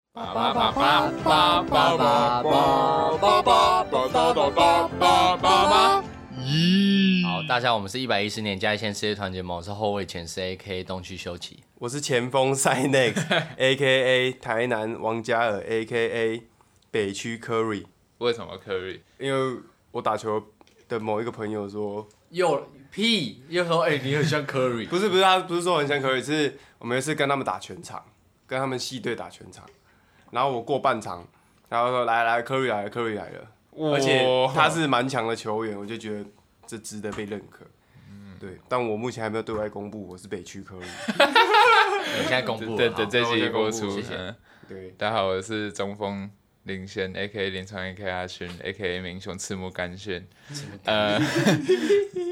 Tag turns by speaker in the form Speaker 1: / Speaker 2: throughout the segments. Speaker 1: 巴巴巴巴巴巴巴巴巴巴巴巴巴。咦！
Speaker 2: 好，大家，我们是一百一十年加一线世界团结盟，我是后卫前是 A K 东区修齐。
Speaker 3: 我是前锋 Sinex，A K A 台南王嘉尔，A K A 北区 Curry，
Speaker 1: 为什么 Curry？
Speaker 3: 因为我打球的某一个朋友说，
Speaker 2: 又屁又说，哎、你很像 Curry，
Speaker 3: 不是不是，他不是说很像 Curry，是我们有一次跟他们打全场，跟他们系队打全场，然后我过半场，然后说来来 Curry 来了 Curry 来了，
Speaker 1: 哦
Speaker 3: 而且他是蛮强的球员，我就觉得这值得被认可。对，但我目前还没有对外公布我是北区 Curry。
Speaker 2: 你现在公布了。
Speaker 1: 等等
Speaker 2: 好
Speaker 1: 这集播出
Speaker 2: 谢谢。
Speaker 1: 嗯
Speaker 3: 对，
Speaker 1: 大家好，我是中锋林轩，A K 林川，A K 阿轩，A K 明雄赤木干炫，呃，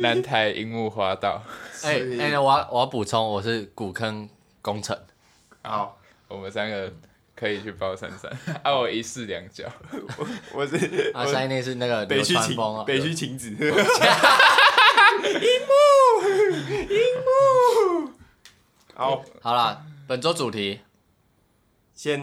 Speaker 1: 南台樱木花道，
Speaker 2: 哎哎、那我要我要补充，我是古坑工程，
Speaker 3: 好，
Speaker 1: 我们三个可以去包三三，啊，我一式两脚，
Speaker 3: 我是
Speaker 2: 啊，塞内是那个
Speaker 3: 北
Speaker 2: 流
Speaker 3: 区
Speaker 2: 川
Speaker 3: 晴
Speaker 2: 枫啊，
Speaker 3: 北区 晴子。好，
Speaker 2: 好啦，本周主题
Speaker 3: 先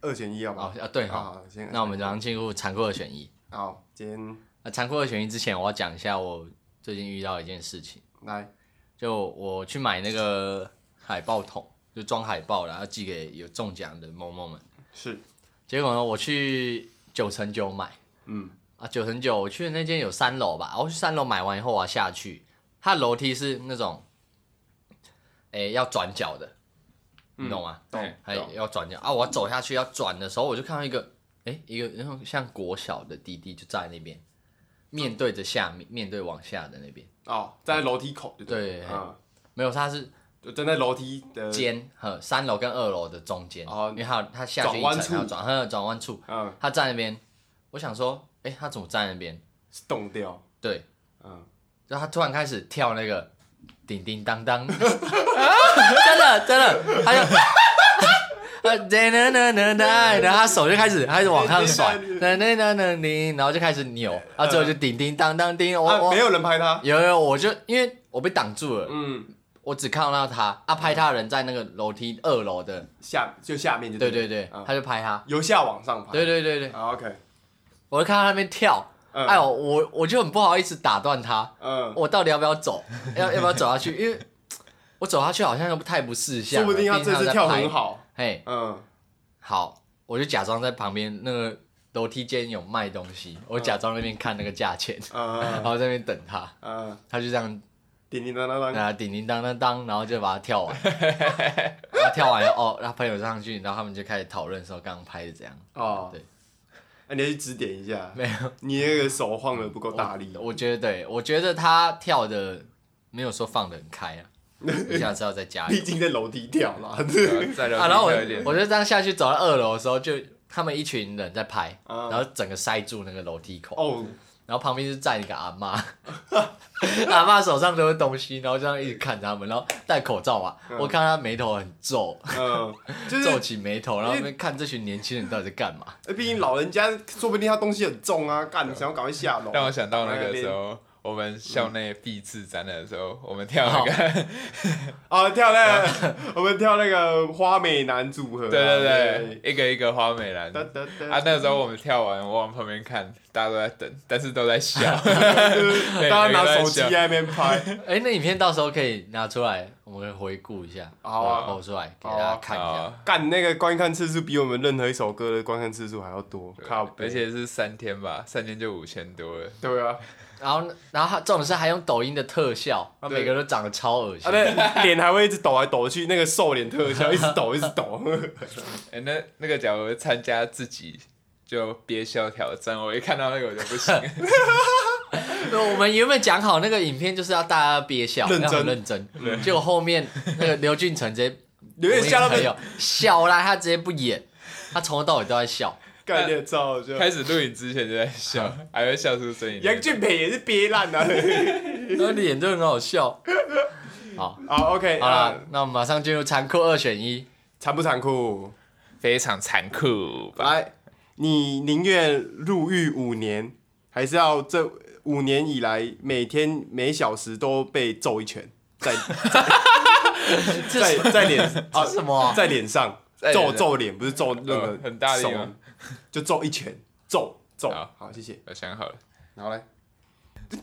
Speaker 3: 二选一好不
Speaker 2: 哦
Speaker 3: 好？
Speaker 2: 啊对
Speaker 3: 好
Speaker 2: 哈，
Speaker 3: 好，先
Speaker 2: 那我们马上进入残酷二选一。
Speaker 3: 好，今天
Speaker 2: 那残酷二选一之前，我要讲一下我最近遇到一件事情，
Speaker 3: 来
Speaker 2: 就我去买那个海报桶，就装海报，然后寄给有中奖的某某们。
Speaker 3: 是
Speaker 2: 结果呢，我去九乘九买，
Speaker 3: 嗯
Speaker 2: 啊，九乘九，我去的那间有三楼吧，我去三楼买完以后啊下去，它楼梯是那种，诶、要转角的，
Speaker 3: 嗯
Speaker 2: 你懂吗？
Speaker 1: 懂
Speaker 2: 还
Speaker 1: 哎懂
Speaker 2: 要转角啊！我走下去要转的时候，我就看到一个，诶、一个那种像国小的弟弟就站在那边，面对着下面，面对往下的那边，
Speaker 3: 哦，站在楼梯口就
Speaker 2: 对
Speaker 3: 嗯，
Speaker 2: 没有，他是
Speaker 3: 就站在楼梯的
Speaker 2: 间和三楼跟二楼的中间，
Speaker 3: 哦
Speaker 2: 因为他他下去一
Speaker 3: 转弯
Speaker 2: 层
Speaker 3: 处
Speaker 2: 还要转，呵，转弯处，
Speaker 3: 嗯
Speaker 2: 他站那边，我想说，诶、他怎么站那边？
Speaker 3: 是冻掉，
Speaker 2: 对，
Speaker 3: 嗯，
Speaker 2: 然后他突然开始跳那个叮叮当当， 真的真的，他就 他哒哒哒哒哒，然后他手就开始开始往上甩，哒哒哒哒叮，然后就开始扭，然后最后就叮叮当当叮，我
Speaker 3: 啊，
Speaker 2: 我
Speaker 3: 没有人拍他，
Speaker 2: 有有，我就因为我被挡住了，
Speaker 3: 嗯，
Speaker 2: 我只看到他，啊拍他的人在那个楼梯二楼的，
Speaker 3: 下就下面就
Speaker 2: 对对对，
Speaker 3: 嗯
Speaker 2: 他就拍他，
Speaker 3: 由下往上拍，
Speaker 2: 对对对对，
Speaker 3: 啊，OK，
Speaker 2: 我就看他那边跳，
Speaker 3: 嗯
Speaker 2: 哎呦，我我就很不好意思打断他，
Speaker 3: 嗯，
Speaker 2: 我到底要不要走？ 要要不要走下去？因为我走下去好像又太不识相
Speaker 3: 说
Speaker 2: 了，
Speaker 3: 不定他
Speaker 2: 毕
Speaker 3: 这
Speaker 2: 竟
Speaker 3: 次
Speaker 2: 在
Speaker 3: 跳
Speaker 2: 拍
Speaker 3: 很。好，
Speaker 2: 嘿，
Speaker 3: 嗯，
Speaker 2: 好，我就假装在旁边那个楼梯间有卖东西，我假装那边看那个价钱，然
Speaker 3: 嗯
Speaker 2: 后在那边等他，
Speaker 3: 嗯，
Speaker 2: 他就这样
Speaker 3: 叮叮当当当，
Speaker 2: 啊叮叮当当当，然后就把它跳 完。然后跳完哦，让朋友上去，然后他们就开始讨论说刚刚拍的怎样。
Speaker 3: 哦，
Speaker 2: 对，
Speaker 3: 那你要去指点一下，
Speaker 2: 没有，
Speaker 3: 你那个手晃的不够大力，
Speaker 2: 我觉得对，我觉得他跳的没有说放得很开啊，我下次要再加油
Speaker 3: 毕。竟在楼梯跳啦，
Speaker 1: 再聊
Speaker 2: 啊，然后我
Speaker 1: 一点，
Speaker 2: 我就这样下去走到二楼的时候，就他们一群人在拍，
Speaker 3: 嗯
Speaker 2: 然后整个塞住那个楼梯口，
Speaker 3: 哦，
Speaker 2: 然后旁边是站一个阿妈， 阿妈手上都是东西，然后这样一直看他们，然后戴口罩嘛，我看她眉头很皱，
Speaker 3: 嗯，就
Speaker 2: 皱
Speaker 3: 是，
Speaker 2: 起眉头，然后那边看这群年轻人到底在干嘛。
Speaker 3: 毕竟老人家说不定他东西很重啊，干，想要赶快下楼，
Speaker 1: 让我想到那个时
Speaker 3: 边
Speaker 1: 候。我们校内毕制展览的时候，我们跳那个，
Speaker 3: 啊，跳那个，我们跳那个花美男组合啊，
Speaker 1: 对对对，一个一个花美兰，
Speaker 3: 哒哒
Speaker 1: 啊，
Speaker 3: 哒，
Speaker 1: 那时候我们跳完，我往旁边看，大家都在等，但是都在笑，对
Speaker 3: 大家拿手
Speaker 1: 每
Speaker 3: 机
Speaker 1: 个人都在笑
Speaker 3: 在那边拍，
Speaker 2: 哎，那影片到时候可以拿出来，我们可以回顾一下，
Speaker 3: 好啊
Speaker 2: 抛出来给大家看一下。
Speaker 1: 哦
Speaker 3: 干那个观看次数比我们任何一首歌的观看次数还要多，靠北，
Speaker 1: 而且是三天吧，三天就五千多了。
Speaker 3: 对啊，
Speaker 2: 然后，然后他重点是还用抖音的特效，他
Speaker 3: 对
Speaker 2: 每个都长得超恶心
Speaker 3: 啊，。那脸还会一直抖来抖去，那个瘦脸特效一直抖一直抖，
Speaker 1: 哎、那那个假如参加自己就憋笑挑战，我一看到那个我就不行。
Speaker 2: 对，我们原本讲好那个影片就是要大家憋笑，
Speaker 3: 认真
Speaker 2: 要很认真，结果后面那个刘俊成直接
Speaker 3: 有点吓到
Speaker 2: 朋
Speaker 3: 被
Speaker 2: 友笑啦，他直接不演，他从头到尾都在笑。
Speaker 3: 干掉超好笑。
Speaker 1: 开始录影之前就在笑，还会笑出声音。
Speaker 3: 杨俊培也是憋烂啊的、
Speaker 2: 那脸就很好笑。好，
Speaker 3: 好，OK，
Speaker 2: 好
Speaker 3: 啊
Speaker 2: 啦，，那我们马上进入残酷二选一。
Speaker 3: 残不残酷？
Speaker 1: 非常残酷吧？
Speaker 3: 来，你宁愿入狱五年，还是要这五年以来每天每小时都被揍一拳，在
Speaker 2: 这
Speaker 3: 在
Speaker 2: 是
Speaker 3: 在脸
Speaker 2: 这是什么啊？
Speaker 3: 在脸上，
Speaker 1: 哎
Speaker 3: 揍揍脸，不是揍任何
Speaker 1: 呃很大力
Speaker 3: 手
Speaker 1: 吗，
Speaker 3: 就揍一拳，揍揍。
Speaker 1: 好
Speaker 3: 好，谢谢。
Speaker 1: 我想好了，
Speaker 3: 然后嘞，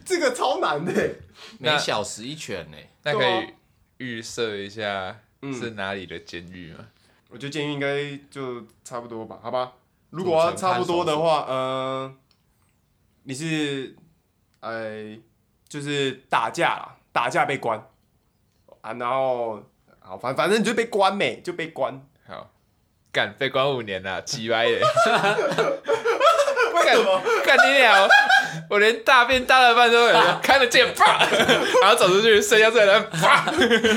Speaker 3: 这个超难的欸，
Speaker 1: 那
Speaker 2: 每小时一拳呢、
Speaker 1: 那可
Speaker 3: 对啊
Speaker 1: 以预设一下
Speaker 3: 嗯
Speaker 1: 是哪里的监狱吗？
Speaker 3: 我觉得监狱应该就差不多吧，好吧？如果要差不多的话，呃，你是，呃，就是打架啦，打架被关啊，然后好反反正你就被关呗，就被关。
Speaker 1: 好，干被关五年啦，鸡歪耶！为什么？干你俩，我连大便大了半都有人开了剑，啪，然后走出去，剩下这人，啪，
Speaker 3: 啊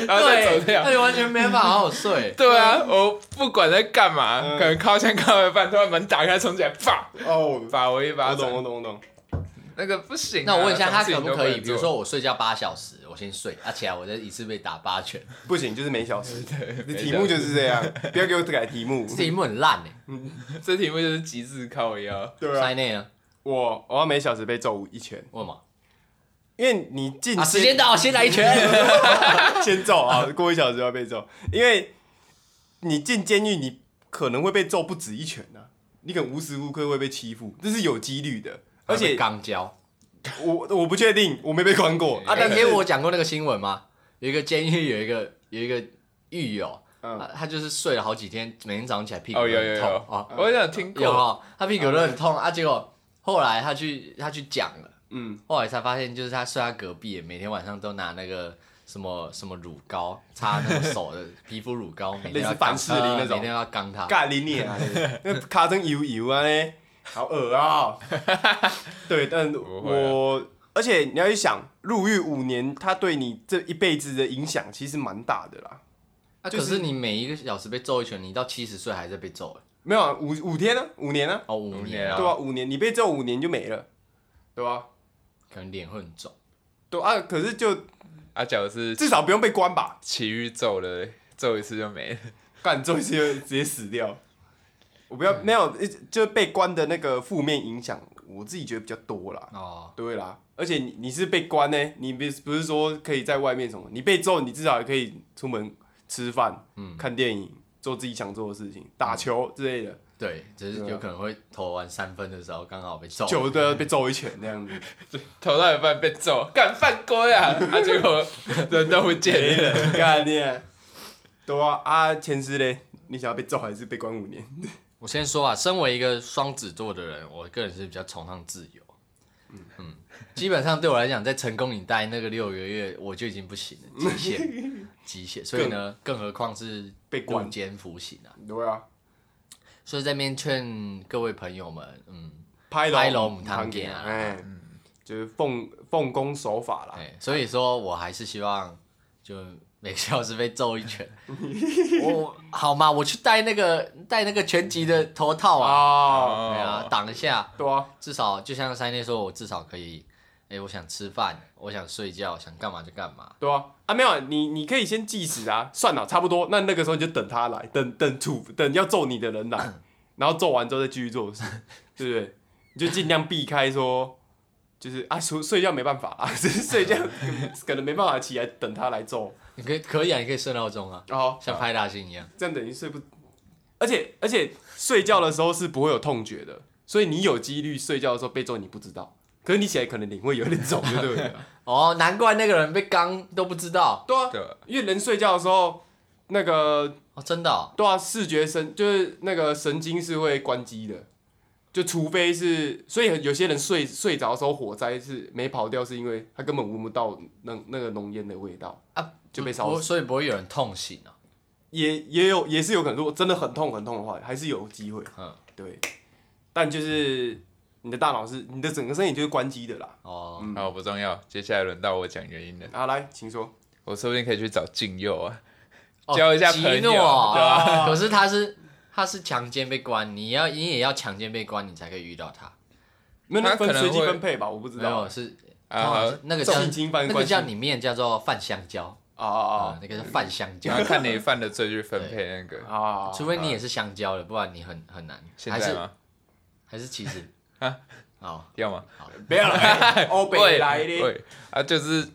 Speaker 1: 然后再走
Speaker 2: 那
Speaker 1: 掉。。
Speaker 3: 哎
Speaker 2: 你完全没办法好好睡
Speaker 1: 对啊，我不管在干嘛，
Speaker 3: 嗯
Speaker 1: 可能靠墙靠到一半，突然门打开，冲起来，啪，
Speaker 3: 哦，
Speaker 1: 把我一巴
Speaker 3: 我懂，我
Speaker 1: 掌。
Speaker 3: 懂，我懂。
Speaker 1: 那个不行啊。
Speaker 2: 那我问一下，他
Speaker 1: 什
Speaker 2: 可
Speaker 1: 么事情
Speaker 2: 不
Speaker 1: 都
Speaker 2: 可以？
Speaker 1: 能
Speaker 2: 比如
Speaker 1: 做
Speaker 2: 说我睡觉八小时，我先睡，啊起来我再一次被打八拳，
Speaker 3: 不行，就是每 小时。
Speaker 1: 每小时
Speaker 3: 题目就是 这样，不要给我改题目
Speaker 2: 这。题目很烂欸呢。
Speaker 1: 这题目就是极致靠腰，
Speaker 3: 对啊，
Speaker 2: 塞内呢？
Speaker 3: 我我要每小时被揍一拳，
Speaker 2: 为什么？
Speaker 3: 因为你进
Speaker 2: 啊，时间到，先来一拳。
Speaker 3: 先揍啊，过一小时要被揍，因为你进监狱，你可能会被揍不止一拳呐、你可能无时无刻会被欺负，这是有几率的。啊而且
Speaker 2: 刚交。
Speaker 3: 我我不确定，我没被关过啊，
Speaker 2: 啊，
Speaker 3: 但
Speaker 2: 那
Speaker 3: 是
Speaker 2: 天我讲过那个新闻吗？有一个监狱有一个有一个狱友，
Speaker 3: 嗯
Speaker 2: 啊他就是睡了好几天，每天早上起来屁股
Speaker 1: 哦
Speaker 2: 都
Speaker 1: 有
Speaker 2: 很
Speaker 1: 有
Speaker 2: 痛
Speaker 1: 有
Speaker 3: 嗯
Speaker 2: 哦，
Speaker 1: 我想听
Speaker 2: 有
Speaker 1: 过。
Speaker 2: 哦，他屁股都很痛啊。结果后来他去他去讲了，
Speaker 3: 嗯，
Speaker 2: 后来才发现就是他睡他隔壁，每天晚上都拿那个什么什么乳膏擦那个手的 皮肤乳膏，每天
Speaker 3: 类
Speaker 2: 要
Speaker 3: 似
Speaker 2: 刚
Speaker 3: 凡士林那
Speaker 2: 呃
Speaker 3: 种
Speaker 2: 每天要刚他。
Speaker 3: 干你 你啊，那卡成油油啊嘞，好恶 啊、对，但
Speaker 1: 不会啊
Speaker 3: 我而且你要去想，入狱五年，他对你这一辈子的影响其实蛮大的啦。
Speaker 2: 啊
Speaker 3: 就是
Speaker 2: 可是你每一个小时被揍一拳，你到七十岁还在被揍哎，
Speaker 3: 没有啊，五五天啊，五年啊，
Speaker 2: 哦五
Speaker 1: 五
Speaker 2: 年
Speaker 1: 年啊
Speaker 3: 对啊，五年，你被揍五年就没了，对
Speaker 1: 啊
Speaker 3: 吧、
Speaker 2: 可能脸会很肿。
Speaker 3: 对啊，可是就
Speaker 1: 阿角啊是
Speaker 3: 至少不用被关吧？
Speaker 1: 奇遇揍了，揍一次就没了。
Speaker 3: 干揍一次就直接死掉。我不要没有，就被关的那个负面影响，我自己觉得比较多啦。
Speaker 2: 哦，
Speaker 3: 对啦，而且你你是被关呢、你不不是说可以在外面什么？你被揍，你至少也可以出门吃饭、看电影、做自己想做的事情，打球之类的。
Speaker 2: 对，只是有可能会投完三分的时候刚好被揍。
Speaker 3: 久的被揍一拳那样子，
Speaker 1: 投到一半被揍，干犯规啊！啊，结果人都不
Speaker 3: 没
Speaker 1: 见了。
Speaker 3: 了， 干你啊！对啊，啊，前师嘞，你想要被揍还是被关五年？
Speaker 2: 我先说啊，身为一个双子座的人，我个人是比较崇尚自由。嗯，基本上对我来讲，在成功你待那个六个月，我就已经不行了，极 限，极限。所以呢，更何况是
Speaker 3: 被关
Speaker 2: 入监服刑啊。
Speaker 3: 对啊，
Speaker 2: 所以在面劝各位朋友们，嗯，
Speaker 3: 拍
Speaker 2: 拍
Speaker 3: 楼
Speaker 2: 楼唔通行啊
Speaker 3: 哎，就是奉奉公守法啦。
Speaker 2: 哎，所以说我还是希望就 每个小时被揍一 拳，我好嘛，我去戴那个戴那个拳击的头套啊，
Speaker 3: 啊，
Speaker 1: 哦
Speaker 2: 对啊，挡一下。
Speaker 3: 对啊，
Speaker 2: 至少就像三内说，我至少可以，哎、我想吃饭，我想睡觉，想干嘛就干嘛。
Speaker 3: 对啊，啊没有，你你可以先计时啊，算了，差不多。那那个时候你就等他来，等等处等要揍你的人 来，然后揍完之后再继续 做事，对不对？你就尽量避开说，就是啊睡睡觉没办法啊， 睡觉可能没办法起来等他来揍。
Speaker 2: 你可以可以啊，你可以设闹钟啊，
Speaker 3: 哦，
Speaker 2: 像派大星一样。
Speaker 3: 这样等于睡不，而且而且睡觉的时候是不会有痛觉的，所以你有几率睡觉的时候被揍你不知道，可是你起来可能脸会有点肿，对不对？
Speaker 2: 哦，难怪那个人被刚都不知道
Speaker 3: 对啊，
Speaker 1: 对，
Speaker 3: 因为人睡觉的时候，那个
Speaker 2: 哦，真的、哦。
Speaker 3: 对啊，视觉神就是那个神经是会关机的，就除非是，所以有些人睡睡着的时候火灾是没跑掉，是因为他根本闻不到那那个浓烟的味道，
Speaker 2: 啊，
Speaker 3: 就被
Speaker 2: 不
Speaker 3: 烧死
Speaker 2: 不所以不会有人痛醒啊。
Speaker 3: 也也有也是有可能，如果真的很痛很痛的话，还是有机会。
Speaker 2: 嗯，
Speaker 3: 对，但就是你的大脑是你的整个身体就是关机的啦。
Speaker 2: 哦，
Speaker 1: 好，不重要。接下来轮到我讲原因了。
Speaker 3: 啊，来，请说。
Speaker 1: 我说不定可以去找静佑啊，
Speaker 2: 哦
Speaker 1: 交一下
Speaker 2: 吉
Speaker 1: 朋友
Speaker 2: 诺
Speaker 1: 对
Speaker 2: 哦。可是他是他是强奸被关，你要你也要强奸被关，你才可以遇到他。
Speaker 3: 没有那
Speaker 1: 他可
Speaker 3: 分
Speaker 1: 能
Speaker 3: 随机
Speaker 1: 会
Speaker 3: 分配吧，我不知
Speaker 2: 没
Speaker 3: 道
Speaker 2: 有。是
Speaker 1: 哦啊，
Speaker 2: 通常
Speaker 1: 好
Speaker 2: 是那个叫
Speaker 3: 性侵犯
Speaker 2: 那个
Speaker 3: 关系
Speaker 2: 叫
Speaker 3: 啊
Speaker 2: 里面叫做泛香蕉啊
Speaker 1: 哦
Speaker 3: 啊，
Speaker 2: 那个是泛香 蕉
Speaker 1: 然。后看你犯的罪去分配那
Speaker 3: 啊
Speaker 1: 个。
Speaker 3: 啊！
Speaker 2: 除非你也是香蕉的，不然你很很难。
Speaker 1: 现
Speaker 2: 还
Speaker 1: 在
Speaker 2: 是
Speaker 1: 吗？
Speaker 2: 还是其实
Speaker 1: 啊，
Speaker 2: 好
Speaker 1: 要吗？
Speaker 2: 好
Speaker 3: 不要 来，欧北来的。
Speaker 1: 喂啊，就是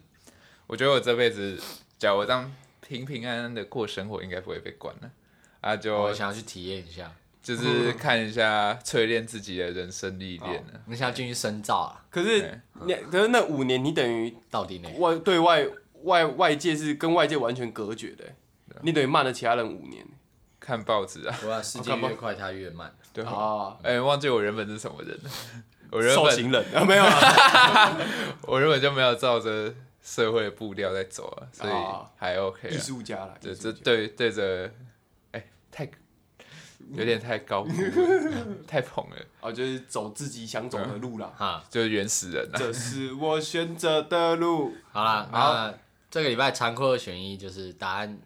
Speaker 1: 我觉得我这辈子，假如我这样平平安安的过生活，应该不会被关了。啊
Speaker 2: 我
Speaker 3: 哦
Speaker 1: 就
Speaker 2: 想要去体验一下，
Speaker 1: 就是
Speaker 3: 嗯
Speaker 1: 看一下淬炼自己的人生历练
Speaker 3: 哦
Speaker 1: 啊
Speaker 2: 你想要进去深造啊？
Speaker 3: 可
Speaker 1: 对
Speaker 3: 是你，可是那五年你等于
Speaker 2: 到底呢？
Speaker 3: 外对外外外界是跟外界完全隔绝的欸，
Speaker 1: 啊
Speaker 3: 你等于慢了其他人五年
Speaker 1: 看报纸啊，
Speaker 2: 我世界越快，它越慢。
Speaker 1: 对啊，
Speaker 3: 啊。
Speaker 1: 哎、忘记我原本是什么人 了，我原
Speaker 3: 受
Speaker 1: 本
Speaker 3: 刑人啊，没有啊，
Speaker 1: 我原本就没有照着社会步调在走啊，所以
Speaker 3: 哦
Speaker 1: 还 OK
Speaker 3: 艺
Speaker 1: 啊。
Speaker 3: 术家了，
Speaker 1: 这
Speaker 3: 艺
Speaker 1: 这
Speaker 3: 术家
Speaker 1: 对对着，哎、太有点太高估了 太捧了，
Speaker 3: 哦，就是走自己想走的路啦。
Speaker 2: 哈，
Speaker 1: 就是原始 人啊。
Speaker 3: 这是我选择的 路。
Speaker 2: 好啦，那这个礼拜残酷二选一就是答案，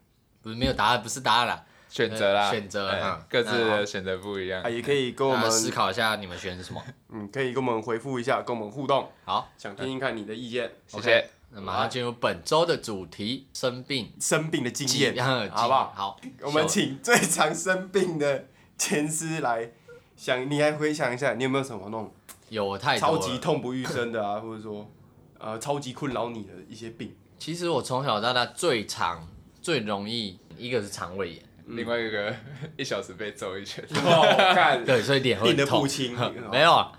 Speaker 2: 不是没有答案，不是答案啦。
Speaker 1: 选择啦，
Speaker 2: 呃选择
Speaker 1: 哎
Speaker 2: 哈
Speaker 1: 各自
Speaker 2: 那
Speaker 1: 的
Speaker 2: 好
Speaker 1: 选择不一样
Speaker 3: 啊，。也可以跟我
Speaker 2: 大家
Speaker 3: 们，
Speaker 2: 思考一下，你们选 什么？
Speaker 3: 嗯，可以跟我们回复一下，跟我们互动，
Speaker 2: 好，
Speaker 3: 想听听看你的意见。
Speaker 1: 谢
Speaker 2: OK
Speaker 1: 谢。
Speaker 2: 那马
Speaker 3: 啊
Speaker 2: 上进入本周的主题：生病
Speaker 3: 生病的经 验，好
Speaker 2: 好
Speaker 3: 不好？
Speaker 2: 好，
Speaker 3: 我们
Speaker 2: 请
Speaker 3: 请最常生病的前司来想，你还回想一下，你有没有什么那种
Speaker 2: 有太多
Speaker 3: 超
Speaker 2: 了
Speaker 3: 级痛不欲生的啊， 或者说呃超级困扰你的一些病？
Speaker 2: 其实我从小到大最常、最容易一个是肠胃炎，
Speaker 1: 另外一个一小时被揍一拳，
Speaker 3: 哦，看
Speaker 2: 对，所以脸会
Speaker 3: 病得
Speaker 2: 很痛
Speaker 3: 不。 轻，
Speaker 2: 没有啊，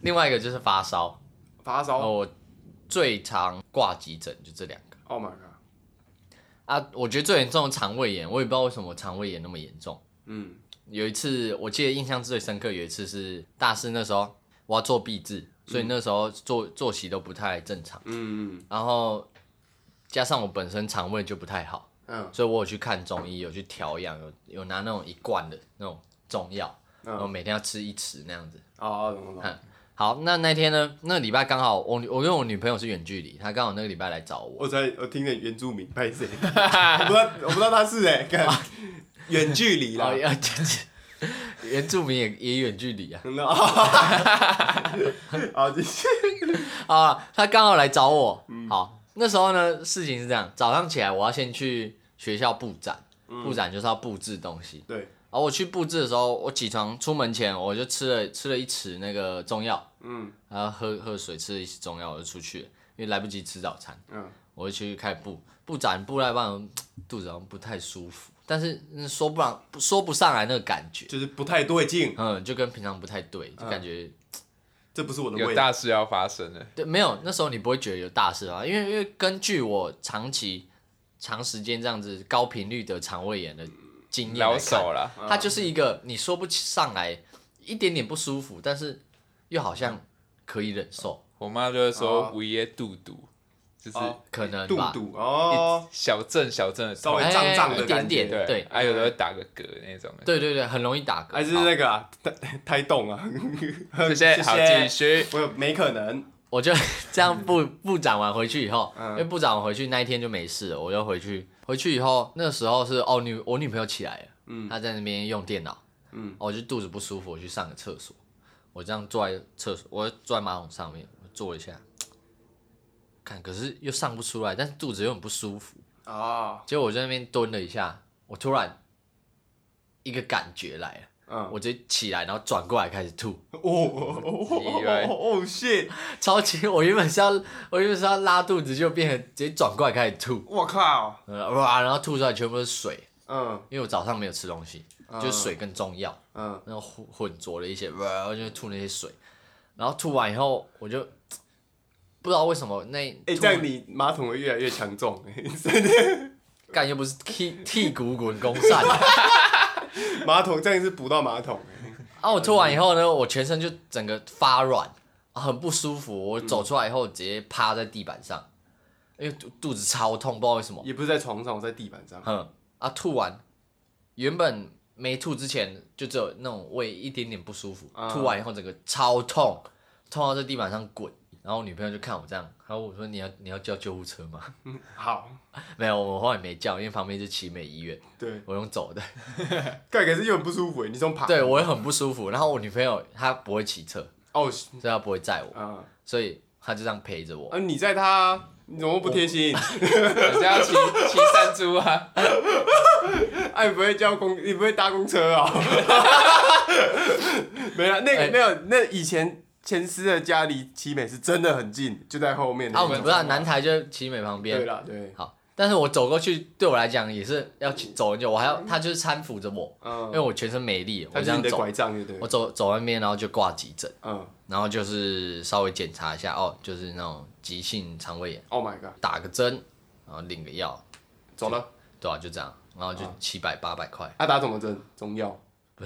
Speaker 2: 另外一个就是发烧，
Speaker 3: 发
Speaker 2: 然
Speaker 3: 烧。
Speaker 2: 后我最常挂急诊，就这两个
Speaker 3: Oh my god！
Speaker 2: 啊。我觉得最严重的肠胃炎，我也不知道为什么肠胃炎那么严重。
Speaker 3: 嗯，
Speaker 2: 有一次我记得印象最深刻，有一次是大四那时候我要做毕制，所以那时候作作息都不太正常，
Speaker 3: 嗯
Speaker 2: 然后加上我本身肠胃就不太好，
Speaker 3: 嗯
Speaker 2: 所以我有去看中医，有去调养，有有拿那种一罐的那种中药，
Speaker 3: 嗯
Speaker 2: 然后每天要吃一匙那样子。
Speaker 3: 哦，懂
Speaker 2: 啊
Speaker 3: 懂懂。
Speaker 2: 好，那那天呢？那个礼拜刚好我我跟我女朋友是远距离，她刚好那个礼拜来找我，
Speaker 3: 我在我听着原住民拍 谁，我不知道我不知道他是哎、干远距离啦
Speaker 2: 哦，要 原住民也也远距离啊
Speaker 3: 真的 啊，好继续，
Speaker 2: 啊，她刚好来找我。
Speaker 3: 嗯
Speaker 2: 好，那时候呢，事情是这样，早上起来我要先去学校布展，
Speaker 3: 嗯
Speaker 2: 布展就是要布置东西。
Speaker 3: 对，
Speaker 2: 然后我去布置的时候，我起床出门前我就吃了吃了一匙那个中药，
Speaker 3: 嗯
Speaker 2: 然后喝喝水，吃了一些中药，我就出去了，因为来不及吃早餐，
Speaker 3: 嗯，
Speaker 2: 我就去开始步步展步来半，肚子好像不太舒服，但是嗯说不上说不上来那个感觉，
Speaker 3: 就是不太对劲，
Speaker 2: 嗯，就跟平常不太对，
Speaker 3: 嗯
Speaker 2: 就感觉、
Speaker 3: 这不是我的
Speaker 1: 有
Speaker 3: 味道，
Speaker 1: 大事要发生了。
Speaker 2: 对没有那时候你不会觉得有大事啊，因为因为根据我长期长时间这样子高频率的肠胃炎的经验来
Speaker 1: 老
Speaker 2: 看，
Speaker 1: 手啦，
Speaker 2: 它就是一个你说不起上来一点点不舒服，但是又好像可以忍受，
Speaker 1: 我妈就会说
Speaker 3: 哦
Speaker 1: “五爷肚肚”，就是
Speaker 3: 哦
Speaker 2: 可能
Speaker 3: 肚
Speaker 2: 吧。
Speaker 3: 肚哦，
Speaker 1: 小阵小阵的
Speaker 3: 稍微
Speaker 1: 痛，
Speaker 3: 会胀胀的
Speaker 2: 哎一点
Speaker 3: 感觉
Speaker 2: 点，
Speaker 1: 对啊
Speaker 2: 对
Speaker 1: 还有的会打个嗝那种的。
Speaker 2: 对对对，很容易打嗝。
Speaker 3: 还是
Speaker 2: 好
Speaker 3: 那个啊，胎胎动啊，
Speaker 1: 谢谢，好，继续。
Speaker 3: 我有没可能，
Speaker 2: 我就 这样 部部长完回去以后，
Speaker 3: 嗯
Speaker 2: 因为部长完回去那一天就没事了，我就回去。回去以后，那时候是哦女我女朋友起来了，
Speaker 3: 嗯
Speaker 2: 她在那边用电脑，
Speaker 3: 嗯
Speaker 2: 哦，我就肚子不舒服，我去上个厕所。我这样坐在厕所，我坐在马桶上面，我坐一下，看，可是又上不出来，但是肚子又很不舒服。
Speaker 3: 啊，
Speaker 2: 结果我在那边蹲了一下，我突然一个感觉来了，
Speaker 3: 嗯，
Speaker 2: 我直接起来，然后转过来开始吐。
Speaker 3: 哦哦哦哦 shit，
Speaker 2: 超级，我原本是要， 我原本是要拉肚子，就变成直接转过来开始吐，
Speaker 3: 我靠，
Speaker 2: 呃哇，然后吐出来全部是水，
Speaker 3: 嗯
Speaker 2: 因为我早上没有吃东西，就是水跟中药，
Speaker 3: 嗯，
Speaker 2: 然后混混浊了一些，哇，然后就吐那些水，然后吐完以后，我就不知道为什么那
Speaker 3: 哎，
Speaker 2: 吐
Speaker 3: 这样你马桶会越来越强壮，
Speaker 2: 干又不是剔剔骨滚弓 散，
Speaker 3: 马桶这样是补到马桶，
Speaker 2: 啊，我吐完以后呢，我全身就整个发软，啊很不舒服，我走出来以后直接趴在地板上，因为肚肚子超痛，不知道为什么。
Speaker 3: 也不是在床上，我在地板上，
Speaker 2: 嗯，啊，吐完，原本没吐之前就只有那种胃一点点不舒服，
Speaker 3: 嗯
Speaker 2: 吐完以后整个超痛，痛到在地板上滚。然后我女朋友就看我这样，然后我说你要你要叫救护车吗？
Speaker 3: 好，
Speaker 2: 没有，我后来没叫，因为旁边是奇美医院，
Speaker 3: 对。
Speaker 2: 我用走的。
Speaker 3: 盖可是又很不舒服耶，你这种爬
Speaker 2: 对我也很不舒服。然后我女朋友她不会骑车，
Speaker 3: 哦，
Speaker 2: 所以她不会载我，
Speaker 3: 啊
Speaker 2: 所以她就这样陪着我。
Speaker 3: 啊！你在他，你怎么不贴心？
Speaker 1: 人家要骑骑山猪啊，
Speaker 3: 哎，你不会叫公，你不会搭公车哦？ 没了，那
Speaker 2: 哎
Speaker 3: 个没有，那以前前司的家离奇美是真的很近，就在后面。
Speaker 2: 啊，我们不知道
Speaker 3: 南
Speaker 2: 南台就奇美旁边啊
Speaker 3: 对。啦，对，
Speaker 2: 好，但是我走过去，对我来讲也是要去走很久，我还要他就是搀扶着我，因为
Speaker 3: 嗯，
Speaker 2: 我全身没力，
Speaker 3: 他
Speaker 2: 我这
Speaker 3: 是你
Speaker 2: 样
Speaker 3: 的
Speaker 2: 走
Speaker 3: 拐，杖，对不
Speaker 2: 我
Speaker 3: 对？
Speaker 2: 走走外面，然后就挂急诊，
Speaker 3: 嗯
Speaker 2: 然后就是稍微检查一下，哦，就是那种急性肠胃炎，
Speaker 3: ，Oh my god，
Speaker 2: 打个针，然后领个药，
Speaker 3: 走了，
Speaker 2: 对啊，就这样，然后就
Speaker 3: 哦
Speaker 2: 七百八百块，
Speaker 3: 他打什么针？中药，
Speaker 2: 不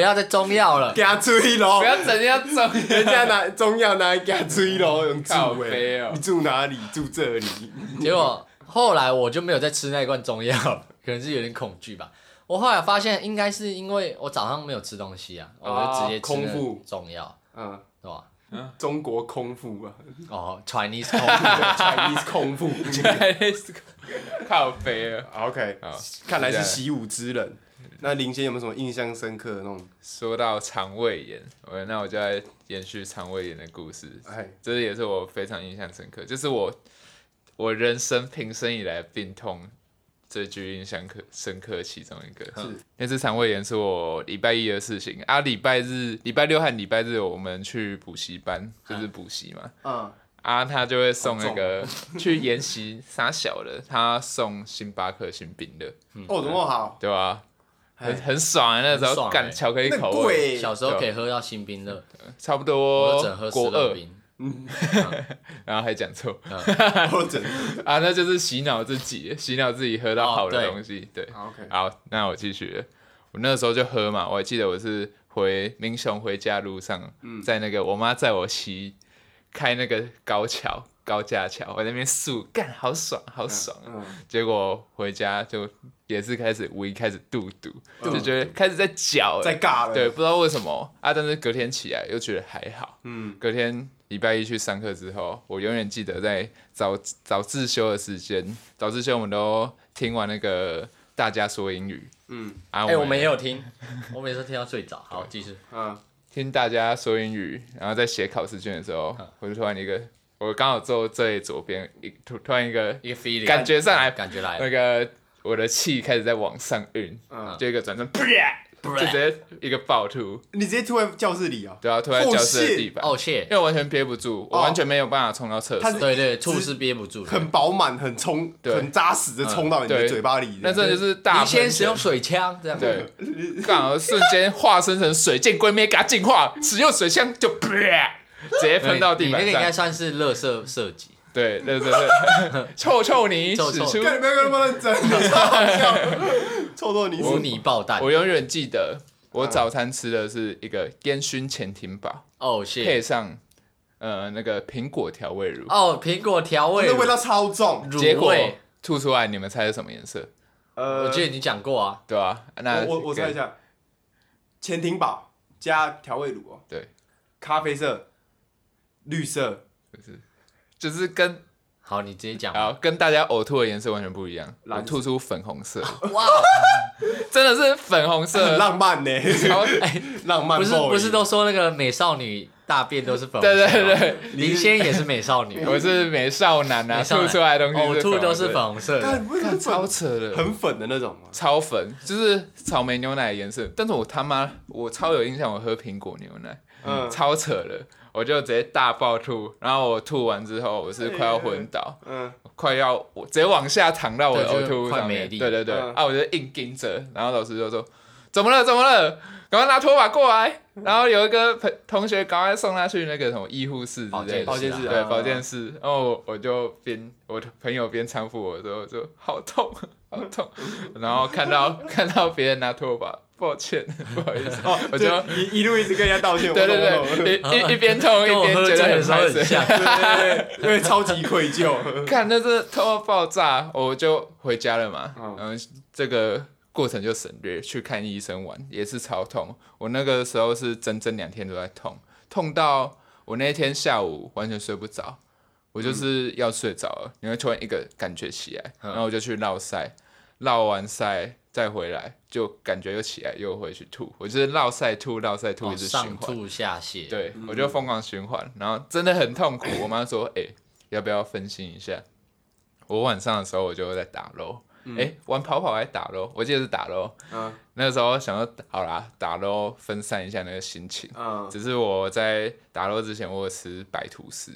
Speaker 2: 要再中药了，
Speaker 3: 给他吹咯
Speaker 1: 不，要整天要走，
Speaker 3: 人家拿中药拿来给他吹咯，用住
Speaker 1: 靠
Speaker 3: 哎
Speaker 1: 背哦，
Speaker 3: 你住哪里？住这里，
Speaker 2: 结果后来我就没有再吃那一罐中药了，可能是有点恐惧吧。我后来发现，应该是因为我早上没有吃东西啊，我就直接吃
Speaker 3: 空
Speaker 2: 那
Speaker 3: 腹
Speaker 2: 中药，
Speaker 3: 嗯，
Speaker 2: 是吧？
Speaker 3: 中国空 腹啊
Speaker 2: 哦，Chinese 空 腹，
Speaker 3: ，Chinese 空腹
Speaker 1: 靠背哦。
Speaker 3: ，OK，
Speaker 1: 好
Speaker 3: 看来
Speaker 1: 接
Speaker 3: 是
Speaker 1: 下来
Speaker 3: 习武之人。那林先有没有什么印象深刻的那种？
Speaker 1: 说到肠胃炎，我那我就来延续肠胃炎的故事。
Speaker 3: 哎，
Speaker 1: 这也是我非常印象深刻，就是我我人生平生以来的病痛最具印象刻深刻的其中一个。
Speaker 3: 是
Speaker 1: 那次肠胃炎是我礼拜一的事情啊，礼拜日、礼拜六和礼拜日我们去补习班，就是补习嘛。
Speaker 3: 嗯，
Speaker 1: 啊，他就会送那
Speaker 3: 好重哦
Speaker 1: 个去研习 傻小的，他送星巴克新冰的，
Speaker 3: 哦，怎么好？
Speaker 1: 对吧、
Speaker 3: 哎
Speaker 1: 很很爽啊！那时
Speaker 2: 很
Speaker 1: 候
Speaker 2: 爽
Speaker 1: 干
Speaker 2: 欸
Speaker 1: 巧克力
Speaker 3: 那
Speaker 1: 口味，
Speaker 3: 贵，
Speaker 2: 小时候可以喝到新冰乐，
Speaker 1: 差不
Speaker 2: 我
Speaker 3: 哦
Speaker 1: 多
Speaker 2: 只能喝
Speaker 1: 国
Speaker 2: 十
Speaker 1: 二
Speaker 2: 乐，冰。
Speaker 1: 然后还讲错
Speaker 2: 嗯
Speaker 3: 我整。
Speaker 1: 啊，那就是洗脑自己，洗脑自己喝到
Speaker 2: 哦
Speaker 1: 好的
Speaker 2: 对
Speaker 1: 东西。对，
Speaker 3: 好啊 OK，
Speaker 1: 好，那我继续了。我那时候就喝嘛，我还记得我是回民雄回家路上，
Speaker 2: 嗯
Speaker 1: 在那个我妈载我骑开那个高桥高架桥，我在那边速干，好爽，好爽啊！
Speaker 3: 嗯，
Speaker 1: 结果回家就也是开始无意开始肚肚，
Speaker 3: 肚
Speaker 1: 就觉得开始在搅了，
Speaker 3: 在尬了。
Speaker 1: 对，，不知道为什么啊，但是隔天起来又觉得还好。
Speaker 3: 嗯，
Speaker 1: 隔天礼拜一去上课之后，我永远记得在早早自修的时间，早自修我们都听完那个大家说英语，
Speaker 3: 嗯
Speaker 1: 啊，
Speaker 2: 哎，我们也有听， 我每次听到最早。好，继续。
Speaker 3: 嗯，
Speaker 1: 听大家说英语，然后在写考试卷的时候，
Speaker 3: 嗯
Speaker 1: 我就突然一个，我刚好坐最左边，一突突然一个
Speaker 2: 一个 feeling，
Speaker 1: 感觉上来
Speaker 2: 感觉来了
Speaker 1: 那，个我的气开始在往上运，
Speaker 3: 嗯
Speaker 1: 就一个转 身，啪就直接一个暴吐，
Speaker 3: 你直接吐在教室里啊？
Speaker 1: 对啊，吐在教室
Speaker 3: shit
Speaker 1: 的地板，
Speaker 2: 哦
Speaker 1: 因
Speaker 2: 谢，
Speaker 1: 为我完全憋不住，我
Speaker 3: 哦
Speaker 1: 完全没有办法冲到厕
Speaker 3: 他
Speaker 1: 所
Speaker 3: 是。
Speaker 2: 对对，吐是憋不住的。
Speaker 3: 很饱满、很冲、
Speaker 1: 对啊
Speaker 3: 很扎实的冲到你的
Speaker 1: 对
Speaker 3: 嘴巴里。
Speaker 1: 那这就是大
Speaker 2: 你先
Speaker 1: 喷
Speaker 2: 使
Speaker 1: 泉
Speaker 2: 用水枪，这样
Speaker 1: 对，刚好瞬间化身成水箭龟妹，给它净化，使用水枪就啪，直接
Speaker 2: 对
Speaker 1: 喷到地
Speaker 2: 你
Speaker 1: 板
Speaker 2: 那个应该
Speaker 1: 上。
Speaker 2: 算是乐色射击。
Speaker 1: 对对对对， 臭臭泥
Speaker 2: 臭
Speaker 1: 使
Speaker 2: 臭
Speaker 1: 出。
Speaker 3: 干你不要跟他们认真，超好笑，臭臭你
Speaker 2: 污泥爆弹
Speaker 1: 我，永远记得，我早餐吃的是一个烟熏潜艇堡，
Speaker 2: 哦谢，
Speaker 1: 配上呃那个苹果调味乳，
Speaker 2: 哦苹果调味
Speaker 3: 那
Speaker 2: 乳
Speaker 3: 味道超重。
Speaker 1: 结
Speaker 2: 乳
Speaker 1: 果
Speaker 2: 味，
Speaker 1: 吐出来，你们猜是什么颜色？
Speaker 3: 呃
Speaker 2: 我记得你讲过啊，
Speaker 1: 对吧、啊？那
Speaker 3: 我我我猜
Speaker 1: 给，
Speaker 3: 一下，潜艇堡加调味乳哦，
Speaker 1: 对，
Speaker 3: 咖啡色、绿色、
Speaker 1: 就是跟
Speaker 2: 好，你直接讲。
Speaker 1: 好跟大家呕吐的颜色完全不一样，我
Speaker 3: 蓝色
Speaker 1: 吐出粉红色，
Speaker 2: 哇，
Speaker 1: 真的是粉红
Speaker 3: 很
Speaker 1: 色，
Speaker 3: 浪漫呢，
Speaker 1: 超
Speaker 2: 哎，
Speaker 3: 浪漫
Speaker 2: 不
Speaker 3: boy。
Speaker 2: 是不是都说那个美少女大便都是粉红色
Speaker 1: 对
Speaker 2: 吗？
Speaker 1: 对对，
Speaker 2: 林仙也是美少女，
Speaker 1: 我是美少男啊，
Speaker 2: 美少
Speaker 1: 吐
Speaker 2: 男
Speaker 1: 出来的东西
Speaker 2: 呕哦吐都是
Speaker 1: 的
Speaker 2: 粉，红色的。
Speaker 3: 干，不是
Speaker 1: 看
Speaker 3: 很
Speaker 1: 超
Speaker 3: 粉
Speaker 1: 扯的，
Speaker 3: 很粉的那种吗？
Speaker 1: 超粉，就是草莓牛奶的颜色。但是我他妈我超有印象，我喝苹果牛奶，
Speaker 3: 嗯
Speaker 1: 超扯的，我就直接大爆吐，然后我吐完之后我是快要昏倒，
Speaker 3: 嗯，
Speaker 1: 快要我直接往下躺到我的
Speaker 2: 对
Speaker 1: 呕
Speaker 2: 就是
Speaker 1: 吐
Speaker 2: 快
Speaker 1: 上面，
Speaker 2: 没力
Speaker 1: 对对对，
Speaker 3: 嗯
Speaker 1: 啊我就硬盯着，然后老师就说。怎么了？怎么了？赶快拿拖把过来！然后有一个朋同学赶快送他去那个什么医护室之
Speaker 2: 保
Speaker 1: 类
Speaker 2: 健
Speaker 1: 的
Speaker 3: 保，健室
Speaker 2: 室
Speaker 3: 啊
Speaker 2: 啊
Speaker 1: 对，保健室，然后我我就边我的朋友边搀扶我的时候，我就好痛， 好痛。然后看到看到别人拿拖把，抱歉，不好意思，
Speaker 3: 哦，
Speaker 1: 我就
Speaker 3: 一一路一直跟人家道歉，我
Speaker 1: 对
Speaker 3: 懂我懂
Speaker 1: 对 对，一一一边痛一
Speaker 2: 跟我
Speaker 1: 边
Speaker 2: 喝
Speaker 1: 觉
Speaker 2: 醉
Speaker 1: 得
Speaker 2: 的
Speaker 1: 很
Speaker 2: 时候
Speaker 1: 害
Speaker 2: 很
Speaker 1: 羞。
Speaker 2: 像，
Speaker 3: 对对对，超级愧疚。
Speaker 1: 看，那是痛到爆炸，我就回家了嘛。
Speaker 3: 嗯
Speaker 1: 嗯，这个过程就省略，去看医生玩也是超痛。我那个时候是整整两天都在痛，痛到我那天下午完全睡不着，我就是要睡着了，你会突然一个感觉起来，
Speaker 2: 嗯
Speaker 1: 然后我就去绕赛，绕完赛再回来，就感觉又起来，又回去吐。我就是绕赛吐，绕赛吐，一
Speaker 2: 哦
Speaker 1: 直循环
Speaker 2: 上。吐下泻。
Speaker 1: 对，
Speaker 3: 嗯
Speaker 1: 我就疯狂循环，然后真的很痛 苦。我妈说：“哎、要不要分心一下？”我晚上的时候我就在打喽，哎、玩跑跑还打喽，我记得是打喽。
Speaker 3: 嗯
Speaker 1: 那个时候想说，好啦，打喽分散一下那个心情。
Speaker 3: 嗯，
Speaker 1: 只是我在打喽之前，我有吃白吐司，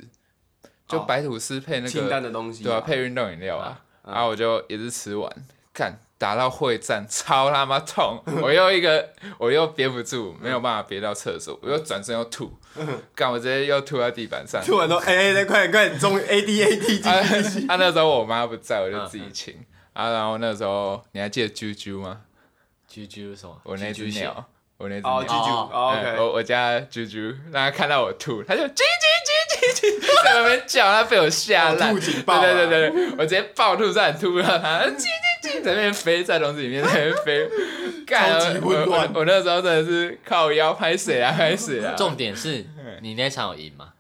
Speaker 1: 就
Speaker 3: 哦
Speaker 1: 白吐司配那
Speaker 3: 清淡
Speaker 1: 个、
Speaker 3: 的东西，
Speaker 1: 啊对啊，配运动饮料啊。然后我就也是吃完，看打到会战超他妈痛，我又一个我又憋不住，没有办法憋到厕所，我又转身又吐，干我直接又吐到地板上。
Speaker 3: 突然都哎哎，快点快点，中 A D A D
Speaker 1: 啊， 啊那时候我妈不在，我就自己请。啊，然后那时候你还记得啾啾吗？
Speaker 2: 啾啾什么？
Speaker 1: 我那只
Speaker 2: 啾啾蟹
Speaker 1: 鸟，我那只
Speaker 3: 哦，
Speaker 1: 鸟
Speaker 3: 啾。
Speaker 2: 哦
Speaker 3: 啾哦
Speaker 1: 哎
Speaker 3: ，OK，
Speaker 1: 我我家啾啾，让他看到我吐，他就啾啾啾啾啾，在那边叫，他被我吓烂，
Speaker 3: 哦吐警报啊
Speaker 1: 对对对对，我直接暴吐在吐不到他，啾啾啾，在那边飞，在笼子里面在那边飞， 干
Speaker 3: 超级混
Speaker 1: 我
Speaker 3: 乱
Speaker 1: 我我那时候真的是靠腰拍谁 啊拍谁啊，
Speaker 2: 重点是你那场有赢吗？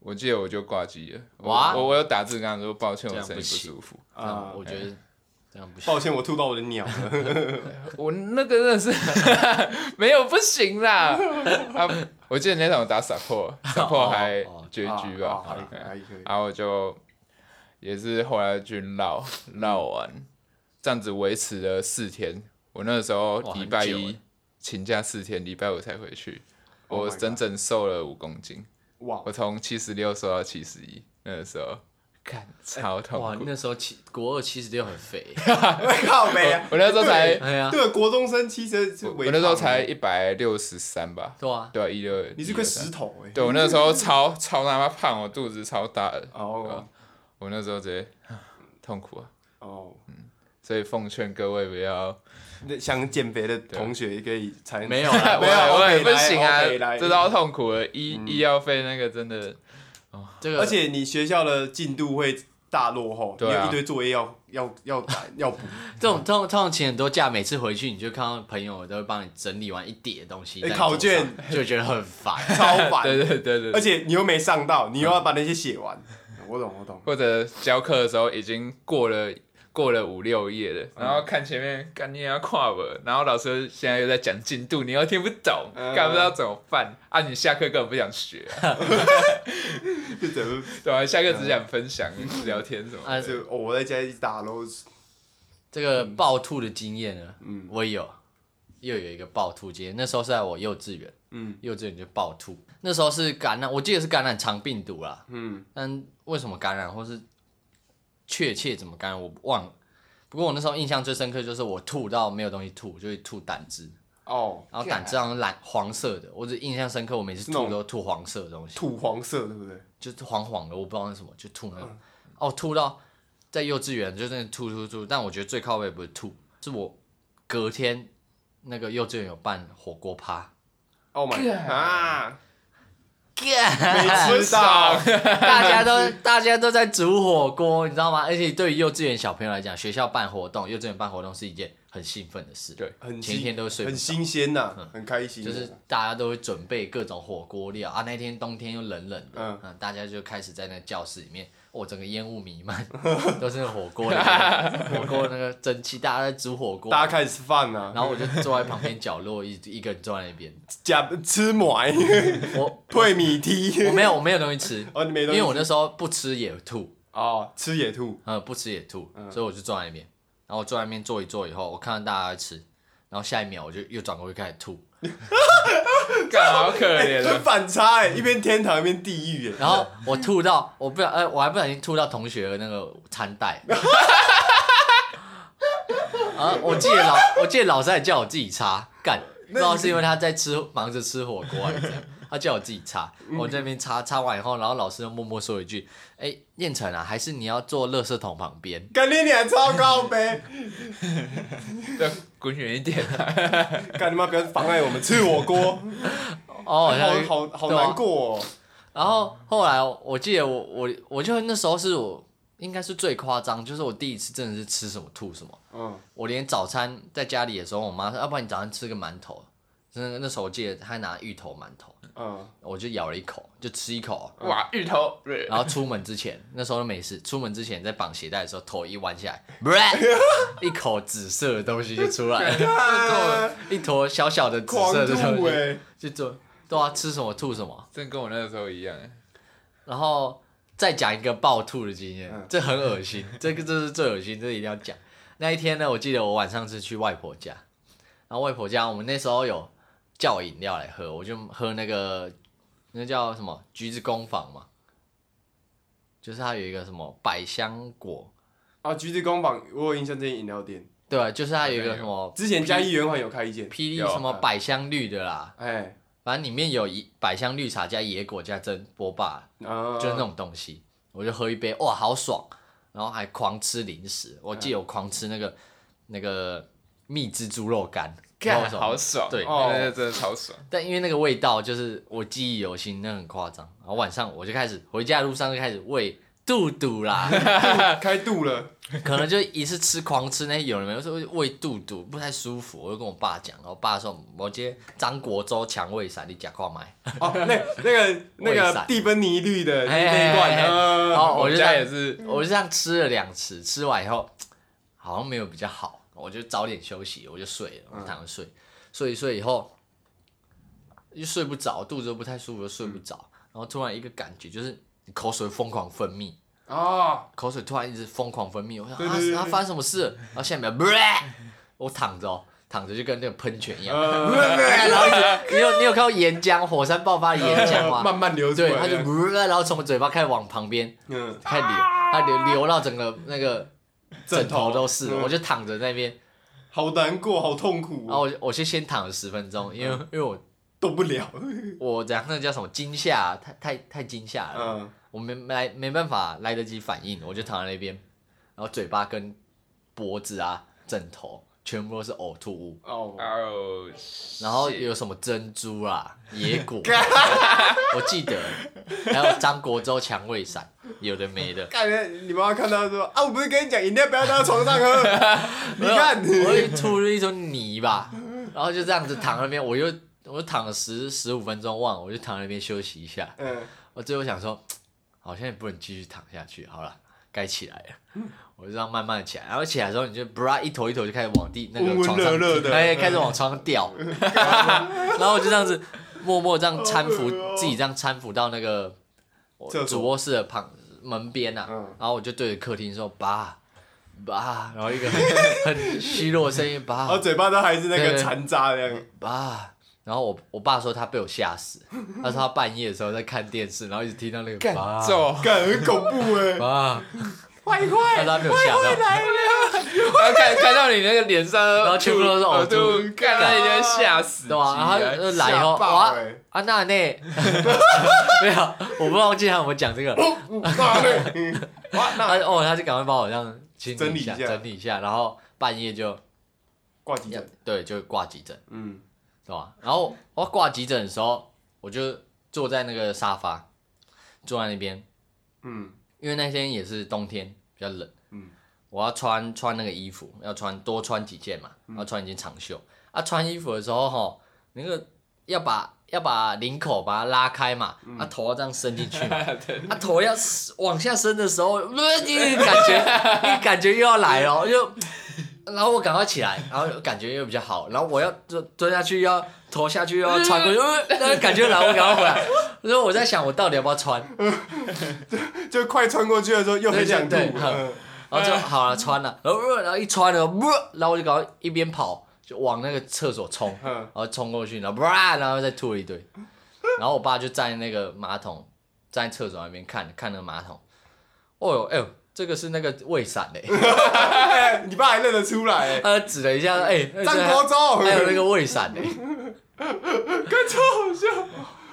Speaker 1: 我记得我就挂机了，我
Speaker 2: 哇
Speaker 1: 我我有打字跟他说抱歉，我
Speaker 2: 这样
Speaker 1: 身体不
Speaker 2: 不行
Speaker 1: 舒服，
Speaker 2: 这样
Speaker 3: 啊
Speaker 2: 我觉得这样不行。
Speaker 3: 抱歉，我吐到我的 鸟了。
Speaker 1: 我那个真的是 没有不行啦，啊，我记得那场我打 support，support 还
Speaker 2: 哦哦
Speaker 1: 绝居吧哎
Speaker 3: 啊，好好，可以可以。
Speaker 1: 然后我就也是后来去绕绕完，这样子维持了四天。我那个时候
Speaker 2: 哇
Speaker 1: 礼拜
Speaker 2: 很久
Speaker 1: 一
Speaker 2: 欸
Speaker 1: 请假四天，礼拜五才回去。
Speaker 3: Oh my
Speaker 1: 我
Speaker 3: God
Speaker 1: 整整瘦了五公斤，
Speaker 3: 哇
Speaker 1: 我，从七十六瘦到七十一，那个时候
Speaker 3: 哎
Speaker 1: 看超痛
Speaker 2: 哇，
Speaker 1: 苦。
Speaker 2: 那时候七国二七十六很 肥，
Speaker 3: 靠北啊！
Speaker 1: 我那时候才，
Speaker 2: 哎呀，
Speaker 3: 对国中生其实是
Speaker 1: 我
Speaker 3: 微
Speaker 1: 那时候
Speaker 3: 胖啊
Speaker 1: 才，一百六十三吧，
Speaker 2: 对啊，
Speaker 1: 对啊，一六。
Speaker 3: 你是块
Speaker 1: 163
Speaker 3: 石头哎。
Speaker 1: 对，我那时候超超他妈胖，我肚子超大的，啊
Speaker 3: 哦
Speaker 1: 我那时候直接 痛苦啊。
Speaker 3: 哦，
Speaker 1: 所以奉劝各位不要
Speaker 3: 那想减肥的同学也可以参
Speaker 2: 没有 啦
Speaker 1: 没有，我也不
Speaker 3: OK，来
Speaker 1: 行啊，
Speaker 3: OK，来
Speaker 1: 这都痛苦了。医医药费那个真的，
Speaker 2: 这个
Speaker 3: 而且你学校的进度会大落后，你
Speaker 1: 对啊
Speaker 3: 有一堆作业要要要 赶要补。
Speaker 2: 这种通通常请很多假，每次回去你就看到朋友都会帮你整理完一叠东西
Speaker 3: 哎
Speaker 2: 在你
Speaker 3: 考
Speaker 2: 桌
Speaker 3: 卷
Speaker 2: 上，就觉得很烦。
Speaker 3: 超烦，
Speaker 1: 对对对对
Speaker 3: 而
Speaker 1: 对，
Speaker 3: 且你又没上到，你又要把那些写完。 我懂，我懂。
Speaker 1: 或者教课的时候已经过了过了五六页了，然后看前面干你也要跨文，然后老师现在又在讲进度，你又听不懂，
Speaker 3: 嗯
Speaker 1: 干不知道怎么办啊！你下课根本不想学啊，
Speaker 3: 就怎么？
Speaker 1: 对吧？下课只想分享、聊天什么
Speaker 2: 啊
Speaker 1: 的。
Speaker 3: 就哦，我在家一直打喽。
Speaker 2: 这个暴吐的经验呢，
Speaker 3: 嗯
Speaker 2: 我也有，又有一个暴吐经验。那时候是在我幼稚园，
Speaker 3: 嗯
Speaker 2: 幼稚园就暴吐，那时候是感染，我记得是感染肠病毒啦，
Speaker 3: 嗯，
Speaker 2: 但为什么感染或是确切怎么感染我忘了。不过我那时候印象最深刻就是我吐到没有东西吐，就会吐胆汁，
Speaker 3: 哦，
Speaker 2: 然后胆汁好像蓝黄色的，我只印象深刻，我每次
Speaker 3: 那
Speaker 2: 吐
Speaker 3: 种
Speaker 2: 都吐黄色的东西。
Speaker 3: 土黄色，对不对？
Speaker 2: 就是黄黄的，我不知道那是什么，就吐那个。哦，吐到在幼稚园就真的吐吐吐，但我觉得最靠背不是吐，是我隔天那个幼稚园有办火锅趴，
Speaker 3: Oh my god！啊，
Speaker 1: 我
Speaker 3: 没吃到
Speaker 1: 爽，
Speaker 2: 大家都大家都在煮火锅，你知道吗？而且对于幼稚园小朋友来讲，学校办活动，幼稚园办活动是一件很兴奋的事，
Speaker 1: 对
Speaker 3: 很
Speaker 2: 前一
Speaker 3: 新
Speaker 2: 天都会睡不
Speaker 3: 很
Speaker 2: 着
Speaker 3: 新鲜呐，很开心。
Speaker 2: 就是大家都会准备各种火锅料啊。那天冬天又冷冷的，嗯
Speaker 3: 嗯
Speaker 2: 大家就开始在那教室里面，哦，整个烟雾弥 漫，都是那火锅的那个火锅那个蒸汽，大家在煮火锅。
Speaker 3: 大家开始饭呐，
Speaker 2: 然后我就坐在旁边角落，一一个人坐在那边。
Speaker 3: 假吃埋
Speaker 2: 我
Speaker 3: 退米梯
Speaker 2: 我。没有我没有东西吃，
Speaker 3: 哦，你没
Speaker 2: 因
Speaker 3: 东西
Speaker 2: 为我那时候不吃也吐，
Speaker 3: 哦，吃野兔。
Speaker 2: 呃，不吃也吐，
Speaker 3: 嗯
Speaker 2: 所以我就坐在那边。然后我坐在那边坐一坐以后，我看到大家在吃，然后下一秒我就又转过去开始吐。
Speaker 1: 干好可怜
Speaker 3: 很
Speaker 1: 啊！
Speaker 3: 反差哎，一边天堂一边地 狱哎。
Speaker 2: 然后我吐到，我不小，呃，我还不小心吐到同学的那个餐袋。啊！我记得老，我记得老师还叫我自己擦，干，不知道是因为他在吃，忙着吃火锅还是怎样，他叫我自己擦，
Speaker 3: 嗯
Speaker 2: 我这边擦，擦完以后，然后老师就默默说一句：“哎、燕城啊，还是你要坐垃圾桶旁边。
Speaker 3: 干你脸超高呗！
Speaker 1: 对，滚远一点啊！
Speaker 3: 干你妈！不要妨碍我们吃火锅，”
Speaker 2: 哦，然后
Speaker 3: 好好好难过哦。
Speaker 2: 然后后来我记得我我我就那时候是我应该是最夸张，就是我第一次真的是吃什么吐什么。
Speaker 3: 嗯，
Speaker 2: 我连早餐在家里的时候，我妈说：“啊要不然你早上吃个馒头。”真的，那时候我记得她拿芋头馒头，
Speaker 3: 嗯，
Speaker 2: 我就咬了一口，就吃一口。
Speaker 1: 哇，芋头，
Speaker 2: 然后出门之前，那时候都没事。出门之前在绑鞋带的时候，头一弯下来，一口紫色的东西就出来了，
Speaker 3: 啊
Speaker 2: 一坨小小的紫
Speaker 3: 狂
Speaker 2: 色的
Speaker 3: 吐
Speaker 2: 东西，
Speaker 3: 哎！
Speaker 2: 就就对啊，吃什么吐什么。
Speaker 1: 真跟我那个时候一样欸。
Speaker 2: 然后再讲一个暴吐的经验
Speaker 3: 嗯，
Speaker 2: 这很恶心， 这个这是最恶心，这一定要讲。那一天呢，我记得我晚上是去外婆家，然后外婆家我们那时候有叫饮料来喝，我就喝那个那叫什么橘子工坊嘛，就是它有一个什么百香果
Speaker 3: 啊，橘子工坊，我有印象这间饮料店，
Speaker 2: 对吧？就是它有一个什么
Speaker 3: 之前嘉义圆环有开一间，
Speaker 2: 霹雳
Speaker 1: 有
Speaker 2: 什么百香绿的啦，
Speaker 3: 哎，
Speaker 2: 反正里面有一百香绿茶加野果加真波霸，
Speaker 3: 啊，
Speaker 2: 就是那种东西，我就喝一杯，哇，好爽！然后还狂吃零食，我记得我狂吃那个、那个蜜汁猪肉干，不知道为
Speaker 1: 干
Speaker 2: 什么
Speaker 1: 好爽，
Speaker 2: 对
Speaker 1: 哦，那个真的超爽。
Speaker 2: 但因为那个味道就是我记忆犹新，那很夸张。然后晚上我就开始回家的路上就开始喂肚肚啦，
Speaker 3: 哎开肚了，
Speaker 2: 可能就一次吃狂吃那些有人没有说胃肚肚不太舒服，我就跟我爸讲，然后我爸说我今天张国洲强胃散，你假快买。
Speaker 3: 哦，那那个那
Speaker 2: 卫
Speaker 3: 个
Speaker 2: 散
Speaker 3: 蒂芬尼绿的
Speaker 2: 哎
Speaker 3: 那
Speaker 2: 哎
Speaker 3: 一
Speaker 2: 哎哎
Speaker 3: 罐，嗯
Speaker 2: 然 后
Speaker 1: 我
Speaker 2: 我就
Speaker 1: 家
Speaker 2: 在
Speaker 1: 也是，
Speaker 2: 我就这样吃了两次，吃完以后好像没有比较好，我就早点休息，我就睡
Speaker 3: 嗯
Speaker 2: 了，我躺着睡，睡一睡以后又睡不着，肚子又不太舒服，又睡不着，
Speaker 3: 嗯
Speaker 2: 然后突然一个感觉就是你口水疯狂分泌，
Speaker 3: 哦，
Speaker 2: 口水突然一直疯狂分泌，我想
Speaker 3: 对对对
Speaker 2: 啊，
Speaker 3: 对
Speaker 2: 啊发生什么事了？然后下面 我躺着、哦，躺着就跟那个喷泉一样，
Speaker 3: 呃，
Speaker 2: 然后一直你有你有看到岩浆火山爆发的岩浆吗？
Speaker 3: 慢慢流出来
Speaker 2: 对，
Speaker 3: 这
Speaker 2: 它就
Speaker 3: 样，
Speaker 2: 然后从嘴巴开始往旁边
Speaker 3: 嗯，
Speaker 2: 太流，它流流到整个那个枕头都是，
Speaker 3: 嗯
Speaker 2: 我就躺着那边，
Speaker 3: 好难过，好痛苦
Speaker 2: 然后
Speaker 3: 哦，
Speaker 2: 我就我就先躺了十分钟，因为因为我
Speaker 3: 动不了，
Speaker 2: 我讲那个叫什么惊吓，啊太太太惊吓了，
Speaker 3: 嗯，
Speaker 2: 我没来没办法来得及反应，我就躺在那边，然后嘴巴跟脖子啊枕头全部都是呕吐物，
Speaker 3: 哦，
Speaker 1: 哦，
Speaker 2: 然后有什么珍珠啊野果，我记得，还有张国洲蔷薇散，有的没的。
Speaker 3: 感觉你妈妈看到说啊，我不是跟你讲饮料不要倒在床上喝， 你看，
Speaker 2: 没有我会吐出一坨泥吧，然后就这样子躺那边，我又我就躺了十十五分钟，忘了，我就躺那边休息一下。
Speaker 3: 嗯，
Speaker 2: 我最后想说，好像也不能继续躺下去，好了，该起来了。我就这样慢慢地起来，然后起来的时候，你就 bra 一坨一坨就开始往地那个
Speaker 3: 温温
Speaker 2: 床上，
Speaker 3: 热热的
Speaker 2: 哎，开始往床上 掉，然后我就这样子默默这样搀扶
Speaker 3: 好恶哦
Speaker 2: 自己，这样搀扶到那个我
Speaker 3: 厕所
Speaker 2: 主卧室的旁门边呐、啊，
Speaker 3: 嗯
Speaker 2: 然后我就对着客厅说爸爸，然后一个 很很虚弱的声音
Speaker 3: 然后
Speaker 2: 爸
Speaker 3: 嘴巴都还是那
Speaker 2: 对
Speaker 3: 个
Speaker 2: 对
Speaker 3: 残渣这样，
Speaker 2: 爸，然后我我爸说他被我吓死，他说他半夜的时候在看电视，然后一直听到那个
Speaker 1: 干
Speaker 2: 爸
Speaker 1: 走，
Speaker 3: 感很恐怖哎，
Speaker 2: 爸，
Speaker 3: 坏
Speaker 2: 他
Speaker 3: 坏
Speaker 2: 说他被我吓到，
Speaker 1: 然后看看到你那个脸上，然
Speaker 2: 然后全部都是呕吐
Speaker 1: 看到你呃就吓死，
Speaker 2: 对吧、然后
Speaker 1: 急
Speaker 2: 他
Speaker 1: 啊
Speaker 2: 就来以后，
Speaker 3: 吓爆
Speaker 2: 哇
Speaker 3: 欸，
Speaker 2: 啊那呢？ 没有，我不知道记得他有没有讲这个，
Speaker 3: 哇对，嗯哇那
Speaker 2: 他哦他就赶快帮我这样清
Speaker 3: 整
Speaker 2: 理
Speaker 3: 理
Speaker 2: 一下，
Speaker 3: 一下
Speaker 2: 整理一下，然后半夜就
Speaker 3: 挂急诊，
Speaker 2: 对就挂急诊。
Speaker 3: 嗯，
Speaker 2: 对吧？然后我要挂急诊的时候，我就坐在那个沙发，坐在那边，
Speaker 3: 嗯，
Speaker 2: 因为那天也是冬天，比较冷，
Speaker 3: 嗯，
Speaker 2: 我要穿穿那个衣服，要穿多穿几件嘛，要穿一件长袖。啊，穿衣服的时候哈，那个要把要把领口把它拉开嘛，啊头要这样伸进去嘛，啊头要往下伸的时候，呃你感觉你感觉又要来了，就。然后我赶快起来，然后感觉又比较好，然后我要蹲蹲下去，又要头下去，又要穿过去，呃那个感觉来，我赶快回来。所以我在想，我到底要不要穿？
Speaker 3: 就快穿过去的时候又很想吐，
Speaker 2: 对对对
Speaker 3: 嗯
Speaker 2: 然后就好了，穿了，然后呃然后一穿了，呃然后我就搞一边跑就往那个厕所冲，
Speaker 3: 嗯
Speaker 2: 然后冲过去，然后啪，然后再吐了一堆，然后我爸就站在那个马桶，站在厕所那边看看那个马桶，哦呦，哎呦，这个是那个胃散 嘞，
Speaker 3: 哎你爸还认得出来欸，
Speaker 2: 他指了一下，哎，
Speaker 3: 张国忠，
Speaker 2: 还有那个胃散嘞，
Speaker 3: 干超好笑，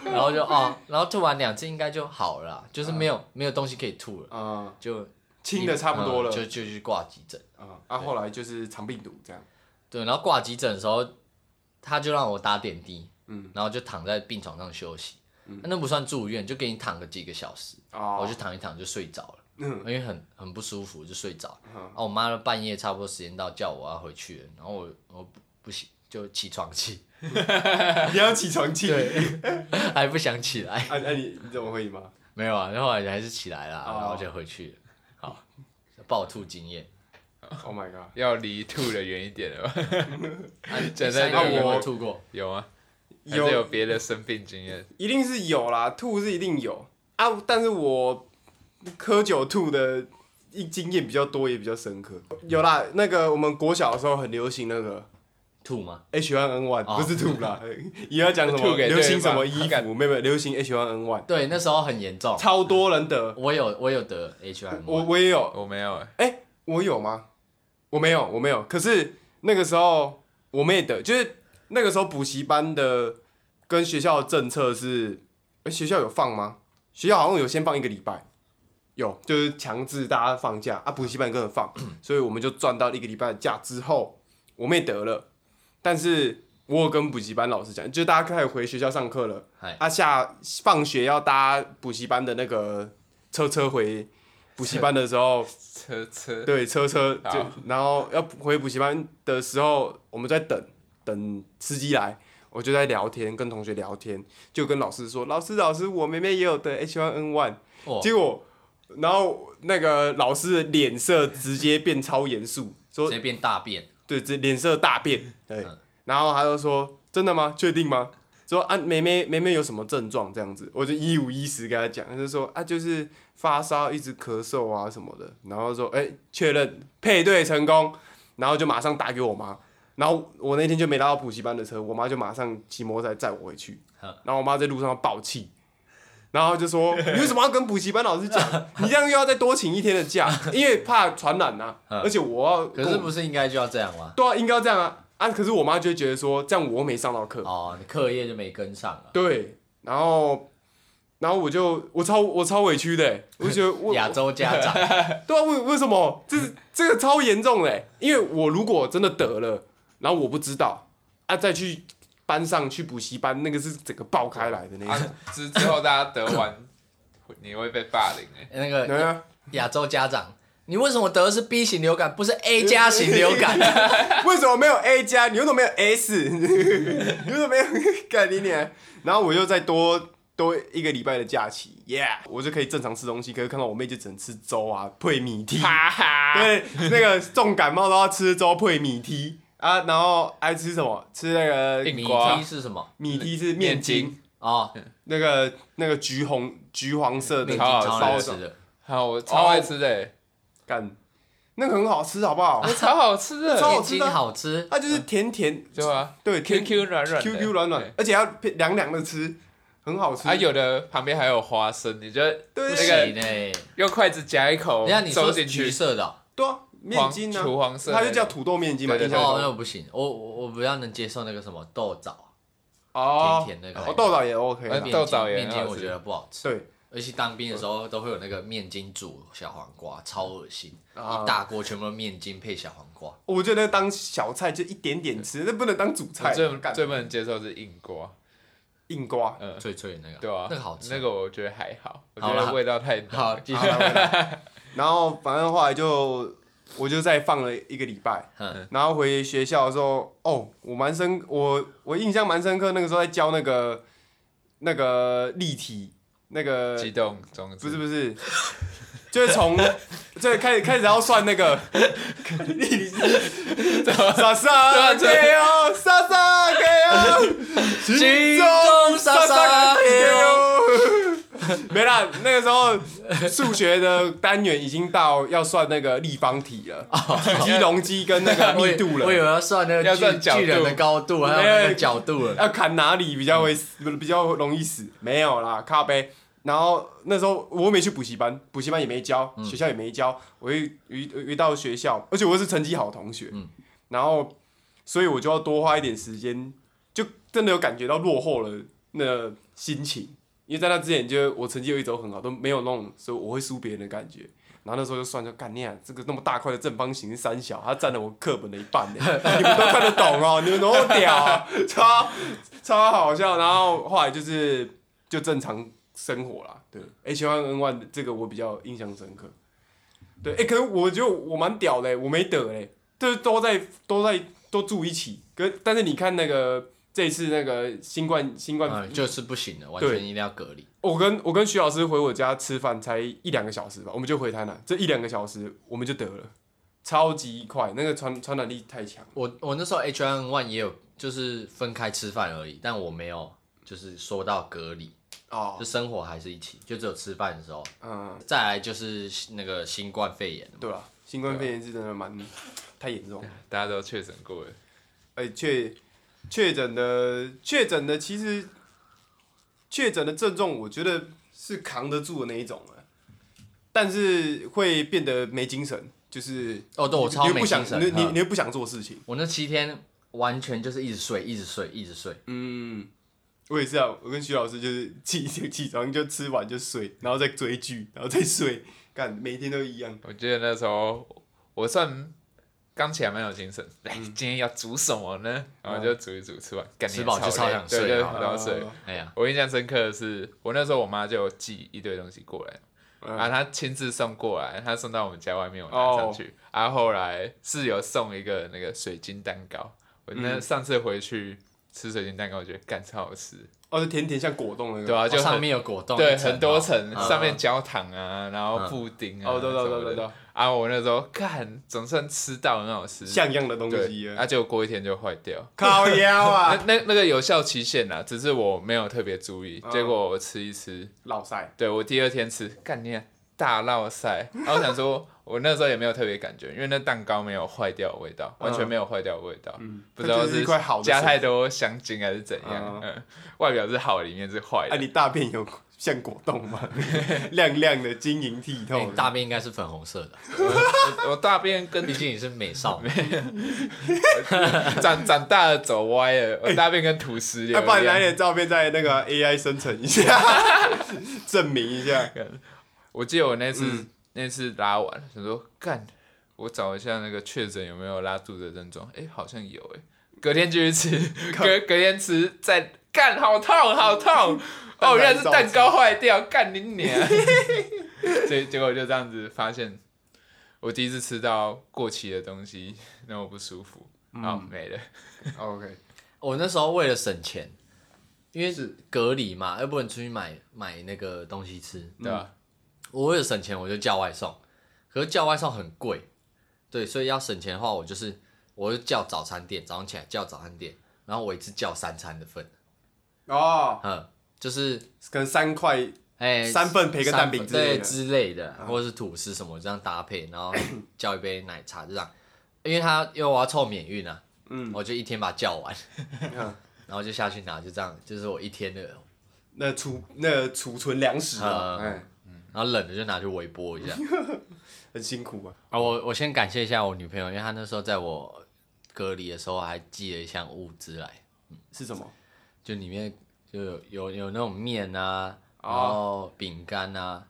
Speaker 2: 然后就哦，然后吐完两次应该就好了啦，就是没有没有东西可以吐了，
Speaker 3: 嗯，
Speaker 2: 就
Speaker 3: 清的差不多了
Speaker 2: 嗯，就就去挂急诊。
Speaker 3: 嗯啊，后来就是肠病毒这样，
Speaker 2: 对，然后挂急诊的时候，他就让我打点滴，
Speaker 3: 嗯
Speaker 2: 然后就躺在病床上休息。啊那不算住院，就给你躺个几个小时，我
Speaker 3: 哦
Speaker 2: 就，躺一躺就睡着了，
Speaker 3: 嗯
Speaker 2: 因为很很不舒服就睡着。啊
Speaker 3: 嗯
Speaker 2: 然后我妈的半夜差不多时间到叫我要回去了，然后我我不不行就起床气，
Speaker 3: 你要起床气，
Speaker 2: 对
Speaker 3: 啊
Speaker 2: 还不想起来，
Speaker 3: 啊，你你怎么会吗？
Speaker 2: 没有啊，然后后来还是起来了，
Speaker 3: 哦
Speaker 2: 然后就回去了。好，暴吐经验，
Speaker 3: Oh my god！
Speaker 1: 要离吐的远一点了吧？
Speaker 2: 啊
Speaker 1: 讲在
Speaker 2: 三个
Speaker 3: 那
Speaker 2: 有没有
Speaker 3: 我
Speaker 2: 吐过？
Speaker 1: 有吗？还是有
Speaker 3: 有
Speaker 1: 别的生病经验？
Speaker 3: 一定是有啦，吐是一定有啊，但是我喝酒吐的一经验比较多，也比较深刻。有啦，那个我们国小的时候很流行那个
Speaker 2: 吐吗？
Speaker 3: H1N1，、
Speaker 2: 哦
Speaker 3: 不是吐啦， 也要讲什
Speaker 1: 吐
Speaker 3: 么
Speaker 1: 给对方
Speaker 3: 流行什么衣服，没有没有，流行 H1N1，
Speaker 2: 对，那时候很严重，
Speaker 3: 超多人得，
Speaker 2: 我有我有得 H 1 N 1
Speaker 3: 我我也有，
Speaker 1: 我没有欸，
Speaker 3: 哎、我有吗？我没有，我没有。可是那个时候我妹的，就是那个时候补习班的跟学校的政策是，哎、学校有放吗？学校好像有先放一个礼拜，有，就是强制大家放假啊，补习班也跟着放，所以我们就赚到一个礼拜的假之后，我妹得了，但是我有跟补习班老师讲，就大家开始回学校上课了
Speaker 2: 嗨，
Speaker 3: 啊下放学要搭补习班的那个车车回补习班的时候，
Speaker 1: 车车
Speaker 3: 对，车车就
Speaker 1: 好
Speaker 3: 然后要回补习班的时候，我们在等等司机来，我就在聊天，跟同学聊天，就跟老师说，老师老师，我妹妹也有得 H1N1，、
Speaker 2: 哦
Speaker 3: 结果然后那个老师的脸色直接变超严肃，说
Speaker 2: 直接变大便，
Speaker 3: 对，这脸色大变，对
Speaker 2: 嗯，
Speaker 3: 然后他就说真的吗？确定吗？说啊，梅梅梅梅有什么症状这样子，我就一五一十跟他讲，他就说啊，就是发烧、一直咳嗽啊什么的，然后说哎，确认配对成功，然后就马上打给我妈，然后我那天就没搭到补习班的车，我妈就马上骑摩托车载我回去，
Speaker 2: 嗯
Speaker 3: 然后我妈在路上暴气，然后就说你为什么要跟补习班老师讲？你这样又要再多请一天的假，因为怕传染呐、
Speaker 2: 嗯
Speaker 3: 而且我要
Speaker 2: 可
Speaker 3: 跟
Speaker 2: 是
Speaker 3: 我
Speaker 2: 不是应该就要这样 吗？
Speaker 3: 对啊，应该要这样啊啊！可是我妈就会觉得说，这样我没上到课，
Speaker 2: 哦，你课业就没跟上了。
Speaker 3: 对，然后然后我就我超我超委屈的欸，我就觉得我
Speaker 2: 亚洲家 长，
Speaker 3: 对啊，为为什么这是这个超严重嘞？因为我如果真的得了，然后我不知道啊，再去班上去补习班，那个是整个爆开来的那
Speaker 1: 啊
Speaker 3: 一种。
Speaker 1: 之之后大家得完，你会被霸凌哎、
Speaker 2: 那个
Speaker 3: 对啊，
Speaker 2: 亚洲家长，你为什么得的是 B 型流感，不是 A 加型 流感？
Speaker 3: 为什么没有 A 加？你为什么没有 S？你 为什么没有 干你脸？然后我就再多多一个礼拜的假期，Yeah，我就可以正常吃东西。可是看到我妹就只能吃粥啊，配米梯，
Speaker 1: 哈哈，
Speaker 3: 对，那个重感冒都要吃粥配米梯啊，然后爱吃什么？吃那个
Speaker 1: 硬
Speaker 2: 米
Speaker 1: 瓜
Speaker 2: 梯是什么？
Speaker 3: 米梯是面
Speaker 1: 面
Speaker 3: 筋
Speaker 1: 筋，
Speaker 2: 哦，
Speaker 3: 那个那个橘红橘黄色的
Speaker 2: 面筋
Speaker 1: 好好
Speaker 2: 超
Speaker 3: 包
Speaker 2: 难
Speaker 3: 着
Speaker 2: 吃的，
Speaker 1: 好，啊我超爱吃的、欸，
Speaker 3: 干，那个很好吃，好 不好？
Speaker 1: 超好吃的，
Speaker 3: 超好
Speaker 2: 面
Speaker 3: 吃
Speaker 2: 筋
Speaker 3: 的
Speaker 2: 好吃，
Speaker 3: 它就是甜甜，
Speaker 1: 对啊吧
Speaker 3: 对甜
Speaker 1: ？QQ 软软的
Speaker 3: QQ 软软
Speaker 1: 对，
Speaker 3: 而且要偏凉凉的吃，很好吃。
Speaker 1: 啊，有的旁边还有花生，你就
Speaker 3: 对
Speaker 1: 那
Speaker 2: 不行
Speaker 1: 个
Speaker 2: 哎。
Speaker 1: 用筷子夹一口
Speaker 2: 人家你，
Speaker 1: 收
Speaker 2: 说是
Speaker 1: 进
Speaker 2: 橘
Speaker 1: 去，
Speaker 2: 色的哦，
Speaker 3: 对啊，面筋呢、
Speaker 1: 黄土黄色
Speaker 3: 它就叫土豆面筋嘛，
Speaker 1: 对对
Speaker 3: 印
Speaker 1: 对
Speaker 3: 象
Speaker 2: 哦，那
Speaker 3: 中。
Speaker 2: 我不行，我我我不要能接受那个什么豆枣，
Speaker 3: 哦，
Speaker 2: 甜甜那个
Speaker 3: 哦，豆枣也 OK 啦
Speaker 1: 哎
Speaker 2: 面
Speaker 1: 豆枣也
Speaker 2: 筋面筋
Speaker 1: 很好
Speaker 2: 我
Speaker 1: 吃
Speaker 2: 觉得不好吃，
Speaker 3: 对，
Speaker 2: 而且当兵的时候都会有那个面筋煮小黄瓜，超恶心，
Speaker 3: 啊
Speaker 2: 一大锅全部都面筋配小黄瓜，
Speaker 3: 我觉得当小菜就一点点吃，那不能当主
Speaker 1: 我
Speaker 3: 菜。
Speaker 1: 最
Speaker 3: 干
Speaker 1: 最不能接受是硬瓜，
Speaker 3: 硬瓜。
Speaker 1: 嗯，
Speaker 2: 脆脆的那个，
Speaker 1: 对啊，
Speaker 2: 那个好吃，
Speaker 1: 那个啊我觉得还好，我
Speaker 2: 好
Speaker 1: 觉
Speaker 2: 啦
Speaker 1: 得味道太浓
Speaker 2: 好
Speaker 1: 了，
Speaker 2: 继续
Speaker 3: 好，来来来然后反正后来就我就再放了一个礼拜，
Speaker 2: 嗯
Speaker 3: 然后回学校的时候，哦，我蛮深，我我印象蛮深刻，那个时候在教那个那个例题，那个
Speaker 1: 激动中
Speaker 3: 不是不是，就是从就是开始开始要算那个，莎莎给哦，莎莎给哦，
Speaker 2: 心中沙沙
Speaker 3: 给哦。没啦，那个时候数学的单元已经到要算那个立方体了，基容积跟那个
Speaker 2: 我
Speaker 3: 密
Speaker 2: 以
Speaker 3: 度
Speaker 2: 我以为
Speaker 3: 了，
Speaker 2: 要算那个
Speaker 1: 要算
Speaker 2: 巨
Speaker 1: 角度哎
Speaker 2: 巨人的高度，还有那个角度了。
Speaker 3: 要砍哪里比较会死，不是比较容易死？没有啦，靠背。然后那时候我没去补习班，补习班也没教，学校也没教。我一一一到学校，而且我是成绩好同学，
Speaker 2: 嗯
Speaker 3: 然后所以我就要多花一点时间，就真的有感觉到落后了那心情。因为在那之前，就我成绩又一直都很好，都没有那种说我会输别人的感觉。然后那时候就算就干你啊，这个那么大块的正方形是三小，它占了我课本的一半呢，你们都看得懂哦，你们都屌、啊， 超超好笑。然后后来就是就正常生活啦，对，H one N one 这个我比较印象深刻。对，哎、可是我觉得我蛮屌的、我没得嘞、就是都在都在都住一起。可但是你看那个这一次那个新冠新冠，
Speaker 2: 嗯，就是不行了，完全一定要隔离。
Speaker 3: 我跟我跟徐老师回我家吃饭才一两个小时吧，我们就回台南，这一两个小时我们就得了，超级快，那个传传染力太强。
Speaker 2: 我我那时候 H N one 也有，就是分开吃饭而已，但我没有就是说到隔离，
Speaker 3: 哦
Speaker 2: 就，生活还是一起，就只有吃饭的时候。
Speaker 3: 嗯，
Speaker 2: 再来就是那个新冠肺炎，
Speaker 3: 对啊了，新冠肺炎是真的蛮太严重了，
Speaker 1: 大家都确诊过了，
Speaker 3: 哎、确确诊的确诊的其实确诊的症状，我觉啊得是扛得住的那一种了，但是会变得没精神，就是
Speaker 2: 哦对我超
Speaker 3: 你
Speaker 2: 没
Speaker 3: 不想
Speaker 2: 精神
Speaker 3: 你你
Speaker 2: 嗯
Speaker 3: 你不想做事情。
Speaker 2: 我那七天完全就是一直睡，一直睡，一直睡。
Speaker 3: 嗯，我也是啊，我跟徐老师就是起 起床就吃完就睡，然后再追剧，然后再睡，干每天都一样。
Speaker 1: 我记得那时候我算刚起来蛮有精神，
Speaker 2: 嗯
Speaker 1: 来今天要煮什么呢？然后就煮一煮，吃完，感觉
Speaker 2: 哦吃饱就超想睡
Speaker 1: 对，就
Speaker 2: 好
Speaker 3: 啊
Speaker 1: 然后睡。
Speaker 2: 哎呀，
Speaker 1: 我印象深刻的是，我那时候我妈就有寄一堆东西过来，
Speaker 3: 嗯
Speaker 1: 啊，她亲自送过来，她送到我们家外面，我
Speaker 2: 哦
Speaker 1: 拿上去。啊，后来室友送一个那个水晶蛋糕，我那
Speaker 3: 嗯
Speaker 1: 上次回去吃水晶蛋糕，我觉得干超好吃，
Speaker 3: 哦，就甜甜像果冻那
Speaker 1: 对
Speaker 3: 个。
Speaker 1: 啊，
Speaker 2: 哦
Speaker 1: 就
Speaker 2: 上
Speaker 1: 很
Speaker 2: 面有果冻，
Speaker 1: 对
Speaker 2: 一层
Speaker 1: 很多
Speaker 2: 哦
Speaker 1: 层，
Speaker 2: 嗯
Speaker 1: 上面焦糖啊，然后
Speaker 2: 嗯
Speaker 1: 布丁啊，
Speaker 3: 哦，对对
Speaker 1: 什么
Speaker 3: 对对
Speaker 1: 的
Speaker 3: 对，
Speaker 1: 啊，我那时候看总算吃到很好吃，
Speaker 3: 像样的东西
Speaker 1: 对，
Speaker 3: 啊，
Speaker 1: 啊，结果过一天就坏掉。
Speaker 3: 靠腰
Speaker 1: 那
Speaker 3: 啊，
Speaker 1: 那那个有效期限啦，只是我没有特别注意，
Speaker 3: 嗯
Speaker 1: 结果我吃一吃，
Speaker 3: 老塞，
Speaker 1: 对我第二天吃，干你啊大落 塞。然后我想说，我那时候也没有特别感觉，因为那蛋糕没有坏掉的味道，
Speaker 3: 嗯
Speaker 1: 完全没有坏掉的味道，
Speaker 3: 嗯，
Speaker 1: 不知道
Speaker 3: 它就是一块好的
Speaker 1: 加
Speaker 3: 水
Speaker 1: 太多香精还是怎样
Speaker 3: 嗯，
Speaker 1: 嗯，外表是好，里面是坏
Speaker 3: 啊，
Speaker 1: 的。
Speaker 3: 你大便有像果冻吗？亮亮的，晶莹剔
Speaker 2: 哎
Speaker 1: 哦
Speaker 3: 透
Speaker 2: 你
Speaker 3: 的。
Speaker 2: 大便应该是粉红色 的，
Speaker 1: 我我大便跟
Speaker 2: 毕竟你是美少女。
Speaker 1: 长长大了走歪了，我大便跟土石流
Speaker 3: 要、
Speaker 1: 一
Speaker 3: 把你拿你
Speaker 1: 样。
Speaker 3: 的照片在那个 AI 生成一下，证明一下。
Speaker 1: 我记得我那次、那次拉完，想说干，我找一下那个确诊有没有拉肚子的症状，哎、好像有哎、隔天继续吃，隔隔天吃再干，好痛好 痛，哦，原来是蛋糕坏掉，干你娘！ 结结果就这样子发现，我第一次吃到过期的东西那么不舒服，然后没了，
Speaker 3: 哦 OK，
Speaker 2: 我那时候为了省钱，因为是隔离嘛，又不能出去买买那个东西吃，
Speaker 1: 对吧、
Speaker 2: 我为了省钱，我就叫外送，可是叫外送很贵，对，所以要省钱的话，我就是我就叫早餐店，早上起来叫早餐店，然后我一次叫三餐的份，
Speaker 3: 哦，
Speaker 2: 嗯，就是
Speaker 3: 可能三块
Speaker 2: 哎、
Speaker 3: 三份培根蛋饼之
Speaker 2: 三
Speaker 3: 类
Speaker 2: 份对
Speaker 3: 的嗯
Speaker 2: 之类的，或者是吐司什么这样搭配，然后叫一杯奶茶这样，因为他因为我要凑免运啊，
Speaker 3: 嗯
Speaker 2: 我就一天把它叫完，
Speaker 3: 嗯
Speaker 2: 然后就下去拿，就这样，就是我一天的
Speaker 3: 那储那储存粮食啊，
Speaker 2: 嗯
Speaker 3: 哎，
Speaker 2: 然后冷的就拿去微波一下。
Speaker 3: 很辛苦啊。
Speaker 2: 啊，我我先感谢一下我女朋友，因为她那时候在我隔离的时候还寄了一项物资来，
Speaker 3: 是什么？
Speaker 2: 就里面就有有有那种面啊，
Speaker 3: 哦
Speaker 2: 然后饼干啊，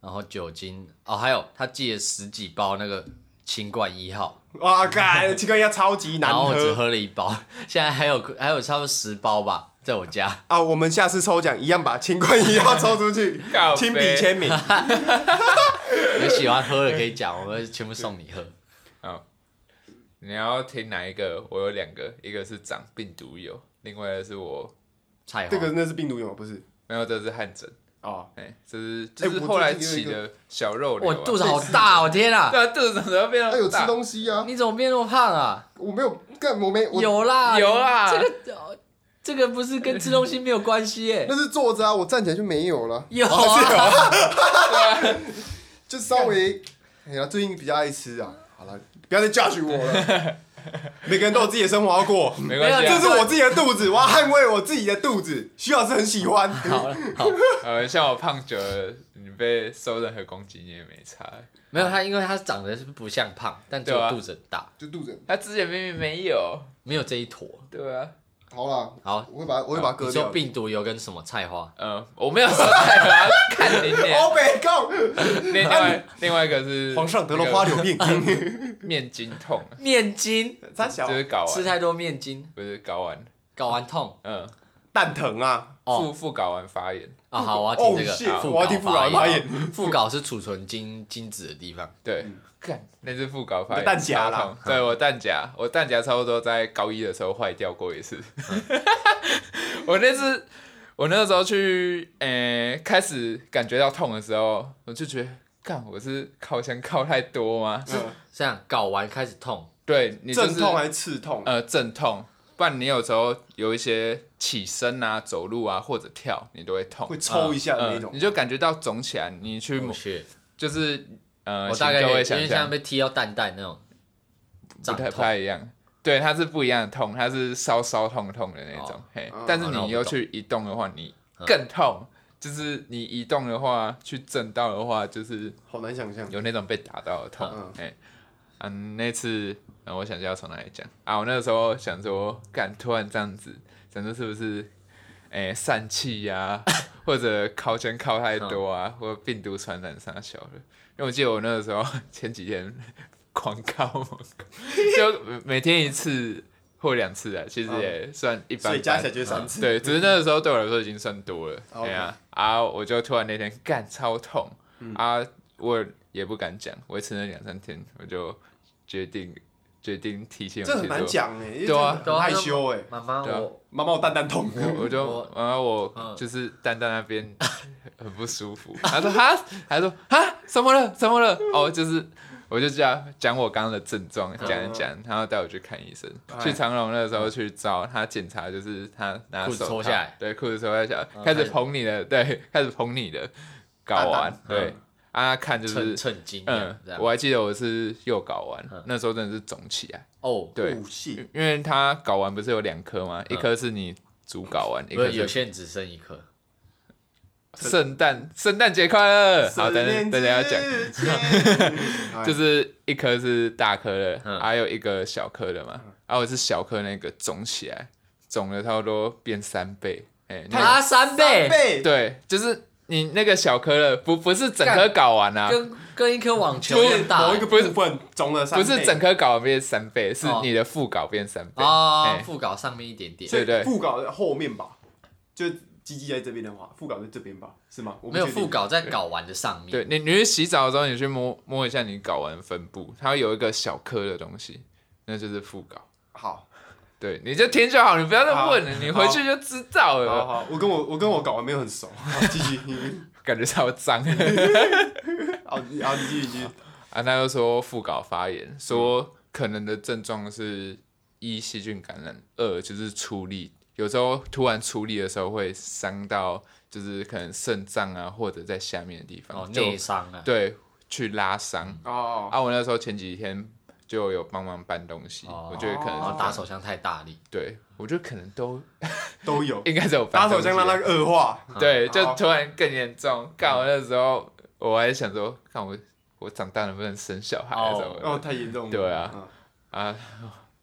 Speaker 2: 然后酒精哦，还有她寄了十几包那个新冠一号，
Speaker 3: 哇，干，这个要超级难
Speaker 2: 然后我只
Speaker 3: 喝
Speaker 2: 喝了一包， 现在还有还有差不多十包吧，在我家。
Speaker 3: 啊！我们下次抽奖一样把清冠一号抽出去
Speaker 1: 靠，
Speaker 3: 亲笔
Speaker 1: 背
Speaker 3: 签名。
Speaker 2: 有喜欢喝的可以 讲，我们全部送你喝。
Speaker 1: 你要听哪一个？我有两个，一个是长病毒疣，另外一个是我
Speaker 2: 菜花
Speaker 3: 这个那是病毒有吗不是？
Speaker 1: 没有，这是汗疹。
Speaker 3: 哦，
Speaker 1: 哎、这是这
Speaker 3: 哎
Speaker 1: 是
Speaker 3: 我
Speaker 1: 后来
Speaker 3: 最近
Speaker 1: 起
Speaker 3: 有一
Speaker 1: 的小肉瘤、
Speaker 2: 我
Speaker 1: 啊。
Speaker 2: 肚子好大，我天啊！
Speaker 1: 对啊，肚子怎么会变
Speaker 3: 他
Speaker 1: 得
Speaker 3: 有
Speaker 1: 那么
Speaker 3: 吃
Speaker 1: 大？
Speaker 3: 东西啊，
Speaker 2: 你怎么变那么胖啊？
Speaker 3: 我没有干，我没 我啊
Speaker 2: 有啦，
Speaker 1: 有啦
Speaker 2: 这个呃这个不是跟吃东西没有关系 耶、
Speaker 3: 哦
Speaker 4: 那是坐着啊，我站起来就没有了，
Speaker 2: 有啊，
Speaker 4: 就稍微
Speaker 3: 哎呀，最近比较爱吃啊。好了，不要再 judge 我了。每个人都有自己的生活要过，
Speaker 1: 没关系、
Speaker 2: 没
Speaker 3: 这
Speaker 1: 啊
Speaker 2: 有，
Speaker 3: 是我自己的肚子，我要捍卫我自己的肚子。徐老师很喜欢，
Speaker 2: 好了，好，
Speaker 1: 呃，像我胖久了，你被受任何攻击你也没差。
Speaker 2: 没有他，因为他长得是不像胖，但只
Speaker 1: 对
Speaker 2: 有
Speaker 1: 啊
Speaker 2: 肚子很大，
Speaker 4: 就肚子。
Speaker 1: 他之前明明没有，
Speaker 2: 没有这一坨。
Speaker 1: 对啊，
Speaker 4: 好啦，
Speaker 2: 好，
Speaker 4: 我会把我会把它
Speaker 2: 你
Speaker 4: 割
Speaker 2: 说
Speaker 4: 掉。
Speaker 2: 病毒有跟什么菜花？
Speaker 1: 嗯、我没有说太好，看你脸。
Speaker 2: 哦
Speaker 3: 欧北共
Speaker 1: 另另外另外一个是
Speaker 3: 皇上得了花
Speaker 1: 那
Speaker 3: 柳病，
Speaker 1: 个面筋痛，
Speaker 2: 面筋，
Speaker 3: 三小
Speaker 1: 就是睾
Speaker 2: 吃
Speaker 1: 丸，
Speaker 2: 太多面筋，
Speaker 1: 不是睾丸，
Speaker 2: 睾丸痛
Speaker 1: 嗯，
Speaker 3: 蛋疼啊，
Speaker 1: 副
Speaker 2: 哦
Speaker 1: 副睾丸发炎，
Speaker 2: 啊！好，我要听这
Speaker 3: Oh shit，
Speaker 2: 个
Speaker 3: 我要听
Speaker 2: 副
Speaker 3: 副睾
Speaker 2: 发
Speaker 3: 发
Speaker 2: 炎，副睾是储存精精子的地方。
Speaker 1: 对，看那是副睾发炎，
Speaker 3: 嗯你的蛋夹啦
Speaker 1: 超痛，对我蛋夹，我蛋夹差不多在高一的时候坏掉过一次。 我那次，我那时候去，诶、开始感觉到痛的时候，我就觉得，干，我是靠墙靠太多吗？
Speaker 2: 这样睾丸开始痛，
Speaker 1: 对你、就是、
Speaker 3: 阵痛还是刺痛？
Speaker 1: 呃阵痛，不然你有时候有一些起身啊、走路啊或者跳，你都会痛，
Speaker 3: 会抽一下的那
Speaker 1: 嗯，
Speaker 3: 种哦
Speaker 1: 你。就感觉到肿起来，你去
Speaker 2: 我
Speaker 1: 抹
Speaker 2: 去，
Speaker 1: 就是呃，
Speaker 2: Oh，我大概
Speaker 1: 行就
Speaker 2: 有点
Speaker 1: 会
Speaker 2: 因
Speaker 1: 想
Speaker 2: 为像
Speaker 1: 象
Speaker 2: 被踢到蛋蛋那种，
Speaker 1: 不
Speaker 2: 胀
Speaker 1: 太不
Speaker 2: 痛。
Speaker 1: 太一样。对，它是不一样的痛，它是烧烧痛痛的那种。
Speaker 2: 哦嗯
Speaker 1: 嘿
Speaker 4: 嗯，
Speaker 1: 但是
Speaker 2: 哦那我
Speaker 1: 你
Speaker 2: 不
Speaker 1: 又
Speaker 2: 懂
Speaker 1: 去移动的话，你更痛。就是你移动的话，去震到的话，就是
Speaker 3: 好难想象。
Speaker 1: 有那种被打到的痛
Speaker 3: 嗯。
Speaker 1: 哎、嗯，那次，嗯，我想一下要从哪里讲啊？我那个时候想说，干，突然这样子，想说是不是，哎、散 气呀、或者靠肩靠太多啊，
Speaker 5: 嗯
Speaker 1: 或者病毒传染啥小的？因为我记得我那个时候 前几天狂靠猛靠，就每天一次或两次啊，其实也算一般
Speaker 5: 嗯所
Speaker 1: 般。
Speaker 5: 以加起来就是三次。
Speaker 1: 对，只是那个时候对我来说已经算多了。
Speaker 4: OK
Speaker 1: 对啊，啊，我就突然那天干超痛，
Speaker 3: 嗯
Speaker 1: 啊，我也不敢讲，维持了两三天，我就决定决定提醒我
Speaker 3: 这
Speaker 1: 自己
Speaker 3: 很难
Speaker 1: 说，
Speaker 3: 讲哎、因为
Speaker 1: 对啊
Speaker 3: 真的很害羞哎、
Speaker 2: 妈妈，
Speaker 1: 对啊
Speaker 2: 我
Speaker 3: 妈妈我蛋蛋痛，
Speaker 1: 我我就
Speaker 2: 我
Speaker 1: 然后我
Speaker 2: 嗯
Speaker 1: 就是蛋蛋那边很不舒服，他说哈，他说哈，怎么了？怎么了？哦，就是。我就讲讲我刚刚的症状，讲
Speaker 2: 嗯
Speaker 1: 一讲，然后带我去看医生。
Speaker 2: 哎
Speaker 1: 去长隆那个时候去找他检查，就是他拿
Speaker 2: 裤子
Speaker 1: 手
Speaker 2: 脱
Speaker 1: 套
Speaker 2: 下来
Speaker 1: 对，裤子脱下来，
Speaker 2: 嗯
Speaker 1: 开始
Speaker 2: 开始
Speaker 1: 捧你的，对，开始捧你的睾丸，
Speaker 2: 嗯
Speaker 1: 对，啊，看就
Speaker 2: 趁
Speaker 1: 是，
Speaker 2: 趁机这
Speaker 1: 嗯
Speaker 2: 样，这样
Speaker 1: 我还记得我是右睾丸
Speaker 2: 嗯，
Speaker 1: 那时候真的是肿起来，
Speaker 2: 哦，
Speaker 1: 对，嗯
Speaker 5: 武器
Speaker 1: 因为他睾丸不是有两颗吗？一
Speaker 2: 嗯
Speaker 1: 颗是你主睾丸，一
Speaker 2: 不
Speaker 1: 颗
Speaker 2: 是有
Speaker 1: 是
Speaker 2: 些人只剩一颗，
Speaker 1: 圣诞圣诞节快乐，好，等等等等要讲，
Speaker 3: 讲
Speaker 1: 就是一颗是大颗的，还、
Speaker 2: 嗯
Speaker 1: 有一个小颗的嘛，然后、我是小颗那个肿起来，肿了差不多变三倍，哎、
Speaker 2: 啊，三倍，
Speaker 5: 倍，
Speaker 1: 对，就是你那个小颗的，不不是整颗睾丸啊，
Speaker 2: 跟跟一颗网球一样大
Speaker 3: 某一，个部分肿了三
Speaker 1: 不
Speaker 3: 倍，
Speaker 1: 是整颗睾丸变三倍，是
Speaker 2: 哦
Speaker 1: 你的副睾变三倍。
Speaker 2: 啊，
Speaker 1: 哎
Speaker 2: 副稿上面一点点
Speaker 3: 所，以
Speaker 1: 对对
Speaker 3: 副稿在后面吧，就鸡鸡在这边的话，副稿在这边吧，是吗？我不
Speaker 2: 没有
Speaker 3: 确定
Speaker 2: 副，稿在睾丸的上面，
Speaker 1: 对你，你去洗澡的时候，你去摸摸一下你睾丸分布，它会有一个小颗的东西，那就是副睾。
Speaker 3: 好，
Speaker 1: 对，你就听就好，你不要再问了，
Speaker 3: 好
Speaker 1: 你回去就知道
Speaker 3: 好
Speaker 1: 了。
Speaker 3: 好，我跟我我跟我睾丸没有很熟，好继续， 你
Speaker 1: 感觉超脏。
Speaker 3: 好，你好，你继续，继续，
Speaker 1: 啊，他又说副睾发炎，说可能的症状是一细菌感染，二就是出力，有时候突然出力的时候会伤到，就是可能肾脏啊或者在下面的地方，
Speaker 2: 哦，
Speaker 1: 就
Speaker 2: 内伤嗯啊，
Speaker 1: 对去拉伤。
Speaker 3: 哦，
Speaker 1: 啊，我那时候前几天就有帮忙搬东西，
Speaker 2: 哦
Speaker 1: 我觉得可
Speaker 2: 然
Speaker 1: 能
Speaker 2: 后
Speaker 1: 是
Speaker 2: 打手枪太大力，
Speaker 1: 对，我觉得可能都
Speaker 3: 都有，
Speaker 1: 应该是有
Speaker 3: 打
Speaker 1: 搬
Speaker 3: 手枪让
Speaker 1: 东
Speaker 3: 它
Speaker 1: 西
Speaker 3: 恶化，
Speaker 1: 啊对，
Speaker 2: 哦
Speaker 3: 嗯
Speaker 1: 就
Speaker 3: 好
Speaker 1: 突然更严
Speaker 2: 嗯
Speaker 1: 重。干我那时候，我还想说，看我我长大能不能生小孩啊
Speaker 2: 哦
Speaker 1: 什么的
Speaker 3: 哦，太严重了，
Speaker 1: 对啊
Speaker 3: 嗯，
Speaker 1: 啊，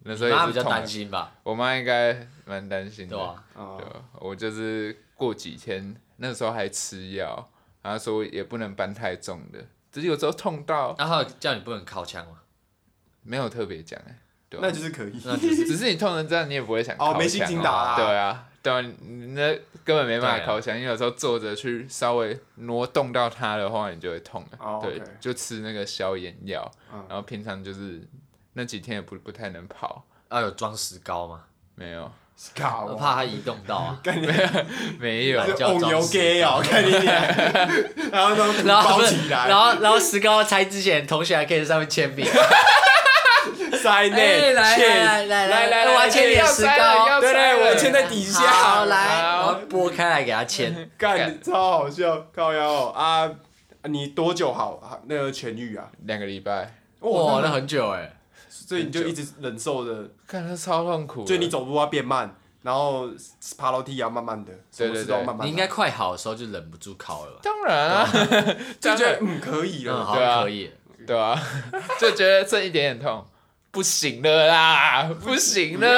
Speaker 1: 那时候
Speaker 2: 妈妈
Speaker 1: 也
Speaker 2: 比
Speaker 1: 是
Speaker 2: 较
Speaker 1: 痛
Speaker 2: 担
Speaker 1: 的，
Speaker 2: 心吧，
Speaker 1: 我妈应该蛮担心的
Speaker 2: 对。吧？
Speaker 3: 啊
Speaker 1: 对，我就是过几天，那时候还吃药，然后说也不能搬太重的，只是有时候痛到
Speaker 2: 然后叫你不能靠枪嘛，
Speaker 1: 没有特别讲哎，对吧
Speaker 3: 那就是可以，
Speaker 2: 那 就是
Speaker 1: 只是你痛成这样，你也不会想
Speaker 3: 哦
Speaker 1: 靠
Speaker 3: 没心
Speaker 1: 墙
Speaker 3: 情
Speaker 1: 啊
Speaker 3: 打啦
Speaker 1: 对啊，对啊，你那根本没办法
Speaker 2: 对啊
Speaker 1: 靠墙，因为有时候坐着去稍微挪动到它的话，你就会痛了。
Speaker 3: 哦
Speaker 1: 对
Speaker 3: OK
Speaker 1: 就吃那个消炎药，
Speaker 3: 嗯
Speaker 1: 然后平常就是那几天也不不太能跑，
Speaker 2: 要有装石膏嘛，
Speaker 1: 没有，
Speaker 3: 靠，
Speaker 2: 怕它移动到啊，
Speaker 3: 干你
Speaker 1: 没有
Speaker 2: 一，般
Speaker 3: 这
Speaker 2: 叫
Speaker 3: 红油 gay 哦，看 你脸，然后都
Speaker 2: 然后
Speaker 3: 包
Speaker 2: 不
Speaker 3: 起
Speaker 2: 是，
Speaker 3: 来，
Speaker 2: 然后然后石膏拆之前，同学还可以在上面签名，
Speaker 3: 塞
Speaker 2: 哎
Speaker 3: 内，
Speaker 2: 来
Speaker 3: 切
Speaker 2: 来来
Speaker 1: 来来
Speaker 2: 来，我要签你的石膏，
Speaker 3: 对对，我
Speaker 1: 现
Speaker 3: 签在底
Speaker 2: 好
Speaker 3: 下，
Speaker 2: 来，
Speaker 1: 好
Speaker 2: 我要拨开来给他
Speaker 3: 嗯
Speaker 2: 签，
Speaker 3: 干，超好笑，靠腰哦啊！你多久好啊那个痊愈啊？哦
Speaker 1: 两个礼拜，
Speaker 3: 嗯
Speaker 2: 哇，那很久哎，
Speaker 3: 所以你就一直忍受着，
Speaker 1: 看他超痛苦的，
Speaker 3: 所以你走路要变慢，然后爬楼梯也要慢慢的，什
Speaker 1: 对对
Speaker 3: 么事都要慢慢的。
Speaker 2: 你应该快好的时候就忍不住考了吧，
Speaker 1: 当然 啊，
Speaker 3: 就
Speaker 1: 当
Speaker 3: 觉得
Speaker 1: 然
Speaker 3: 嗯可以
Speaker 2: 嗯，
Speaker 3: 了，
Speaker 2: 好
Speaker 1: 对啊
Speaker 2: 像可以，
Speaker 1: 对啊，就觉得这一点点痛，不行了 啦，不行了
Speaker 3: 两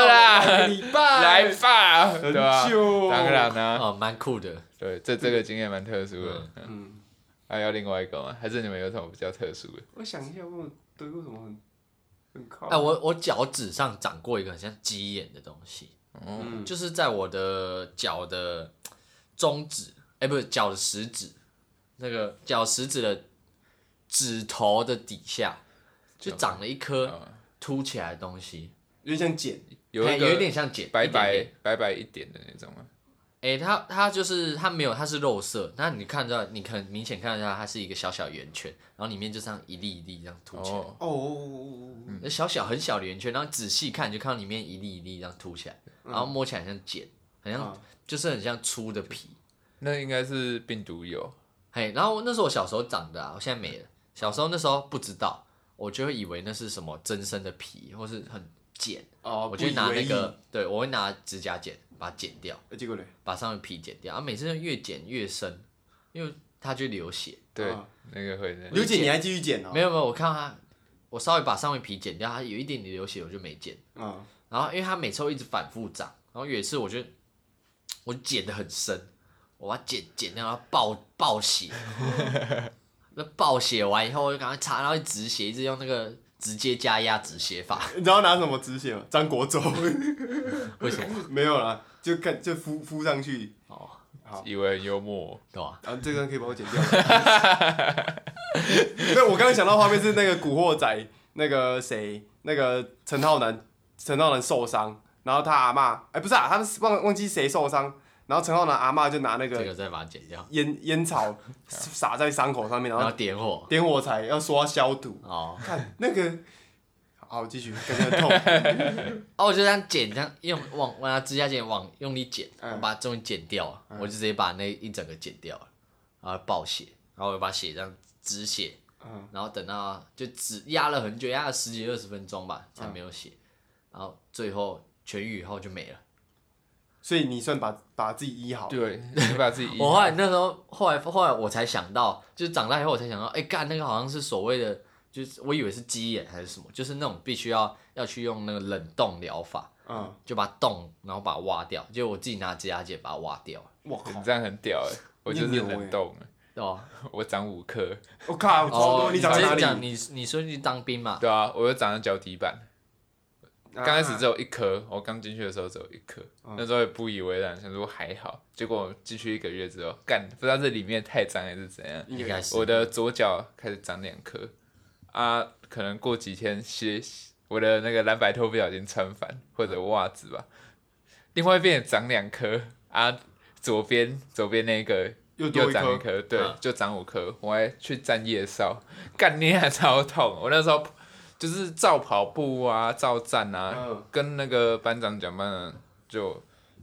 Speaker 3: 个
Speaker 1: 啦，
Speaker 3: 礼拜
Speaker 1: 来吧，对
Speaker 3: 很
Speaker 1: 吧、
Speaker 3: 久，
Speaker 1: 当然啊啦、
Speaker 2: 哦，蛮酷的，
Speaker 1: 对，这这个经验蛮特殊的。嗯，
Speaker 3: 嗯，
Speaker 1: 还有另外一个吗？还是你们有什么比较特殊的？
Speaker 3: 我想一下，我得过什么很很靠？
Speaker 2: 哎，我我脚趾上长过一个很像鸡眼的东西，
Speaker 3: 嗯
Speaker 2: 就是在我的脚的中指，哎、不是脚的食指，那个脚食指的指头的底下，就长了一颗
Speaker 1: 啊，
Speaker 2: 凸起来的东西，
Speaker 3: 有点像茧，
Speaker 1: 有
Speaker 2: 哎
Speaker 1: 一
Speaker 2: 有一
Speaker 1: 个
Speaker 2: 点像茧，
Speaker 1: 白
Speaker 2: 一点
Speaker 1: 白
Speaker 2: 点。
Speaker 1: 白白一点的那种吗？
Speaker 2: 哎、它它就是它没有，它是肉色，那你看到你很明显看得到它是一个小小圆圈，然后里面就这样一粒一粒这样凸起来。
Speaker 1: 哦，
Speaker 3: 哦，
Speaker 2: 小小很小的圆圈，然后仔细看你就看到里面一粒一粒这样凸起来，
Speaker 1: 嗯
Speaker 2: 然后摸起来很像茧，很像、
Speaker 3: 啊
Speaker 2: 就是很像粗的皮，
Speaker 1: 那应该是病毒有
Speaker 2: 嘿，然后那是我小时候长的啊，我现在没了。小时候那时候不知道，我就会以为那是什么增生的皮，或是很剪，
Speaker 3: 哦，
Speaker 2: 我就会拿那个，对我会拿指甲剪把它剪掉，
Speaker 3: 不以为意，哎结果嘞，
Speaker 2: 把上面皮剪掉，啊，每次越剪越深，因为它就流血。
Speaker 1: 对
Speaker 3: 啊
Speaker 1: 那个会的。
Speaker 3: 刘姐你还继续剪哦？
Speaker 2: 没有没有，我看到它我稍微把上面皮剪掉，它有一点点流血，我就没剪。
Speaker 3: 嗯，
Speaker 2: 然后因为它每次会一直反复长，然后有一次我就我剪得很深，我把它剪剪掉，然后爆爆血， 那爆血完以后我就赶快擦，然后一直止血，一直用那个直接加压止血法。
Speaker 3: 你知道拿什么止血吗？张国忠
Speaker 2: 为什么？
Speaker 3: 没有啦，就看就敷敷上去。
Speaker 2: 哦，
Speaker 1: 以为很幽默，
Speaker 2: 对吧？
Speaker 3: 啊，这个可以帮我剪掉吗。 对，我刚刚想到画面是那个《古惑仔》，那个谁，那个陈浩南，陈浩南受伤，然后他阿妈，哎、不是啊，他是忘忘记谁受伤，然后陈浩南阿妈就拿那
Speaker 2: 这
Speaker 3: 个
Speaker 2: 个再把它剪掉，
Speaker 3: 烟烟草撒在伤口上面，然
Speaker 2: 然后
Speaker 3: 后
Speaker 2: 点火。
Speaker 3: 点火柴，要说要消毒。
Speaker 2: 哦，
Speaker 3: 看那个，好，继续，感觉很痛。
Speaker 2: 哦，我就这样剪，这样用往往它指甲剪往用力剪，
Speaker 3: 嗯
Speaker 2: 我把它终于剪掉了，我就直接把那一整个剪掉了，然后爆血，然后我就把血这样止血，
Speaker 3: 嗯，
Speaker 2: 然后等到就只压了很久，压了十几二十分钟吧，才没有血，然后最后痊愈以后就没了。
Speaker 3: 所以你算把把自己医好。
Speaker 1: 对，你把自己
Speaker 2: 我后来那时候，后来后来我才想到，就是长大以后我才想到，哎、干那个好像是所谓的，就是我以为是鸡眼还是什么，就是那种必须要要去用那个冷冻疗法，
Speaker 3: 嗯，
Speaker 2: 就把洞然后把它挖掉，就我自己拿指甲剪把它挖掉，
Speaker 3: 我靠
Speaker 1: 你，这样很屌哎、我就是
Speaker 3: 你很牛欸
Speaker 1: 冷冻，
Speaker 2: 哦
Speaker 1: 我长五颗，
Speaker 3: 我靠，超
Speaker 1: 哦
Speaker 3: 多，
Speaker 2: 你
Speaker 3: 你长在
Speaker 2: 直
Speaker 3: 哪
Speaker 2: 接
Speaker 3: 里？
Speaker 2: 讲你你说你去当兵嘛？
Speaker 1: 对啊，我又长到脚底板。
Speaker 3: 啊
Speaker 1: 刚开始只有一颗，我刚进去的时候只有一颗，
Speaker 2: 嗯
Speaker 1: 那时候也不以为然，想说还好。结果我进去一个月之后，干不知道这里面太脏还是怎样，
Speaker 2: 应该是
Speaker 1: 我的左脚开始长两颗，啊，可能过几天鞋我的那个蓝白拖不小心穿反，或者袜子吧，另外一边也长两颗啊，左边左边那个
Speaker 3: 又多
Speaker 1: 又
Speaker 3: 一
Speaker 1: 长一
Speaker 3: 颗，
Speaker 1: 颗，对
Speaker 2: 嗯，
Speaker 1: 就长五颗。我还去站夜哨，干你还超痛。我那时候就是照跑步啊，照站啊，
Speaker 3: 嗯
Speaker 1: 跟那个班长讲，班长就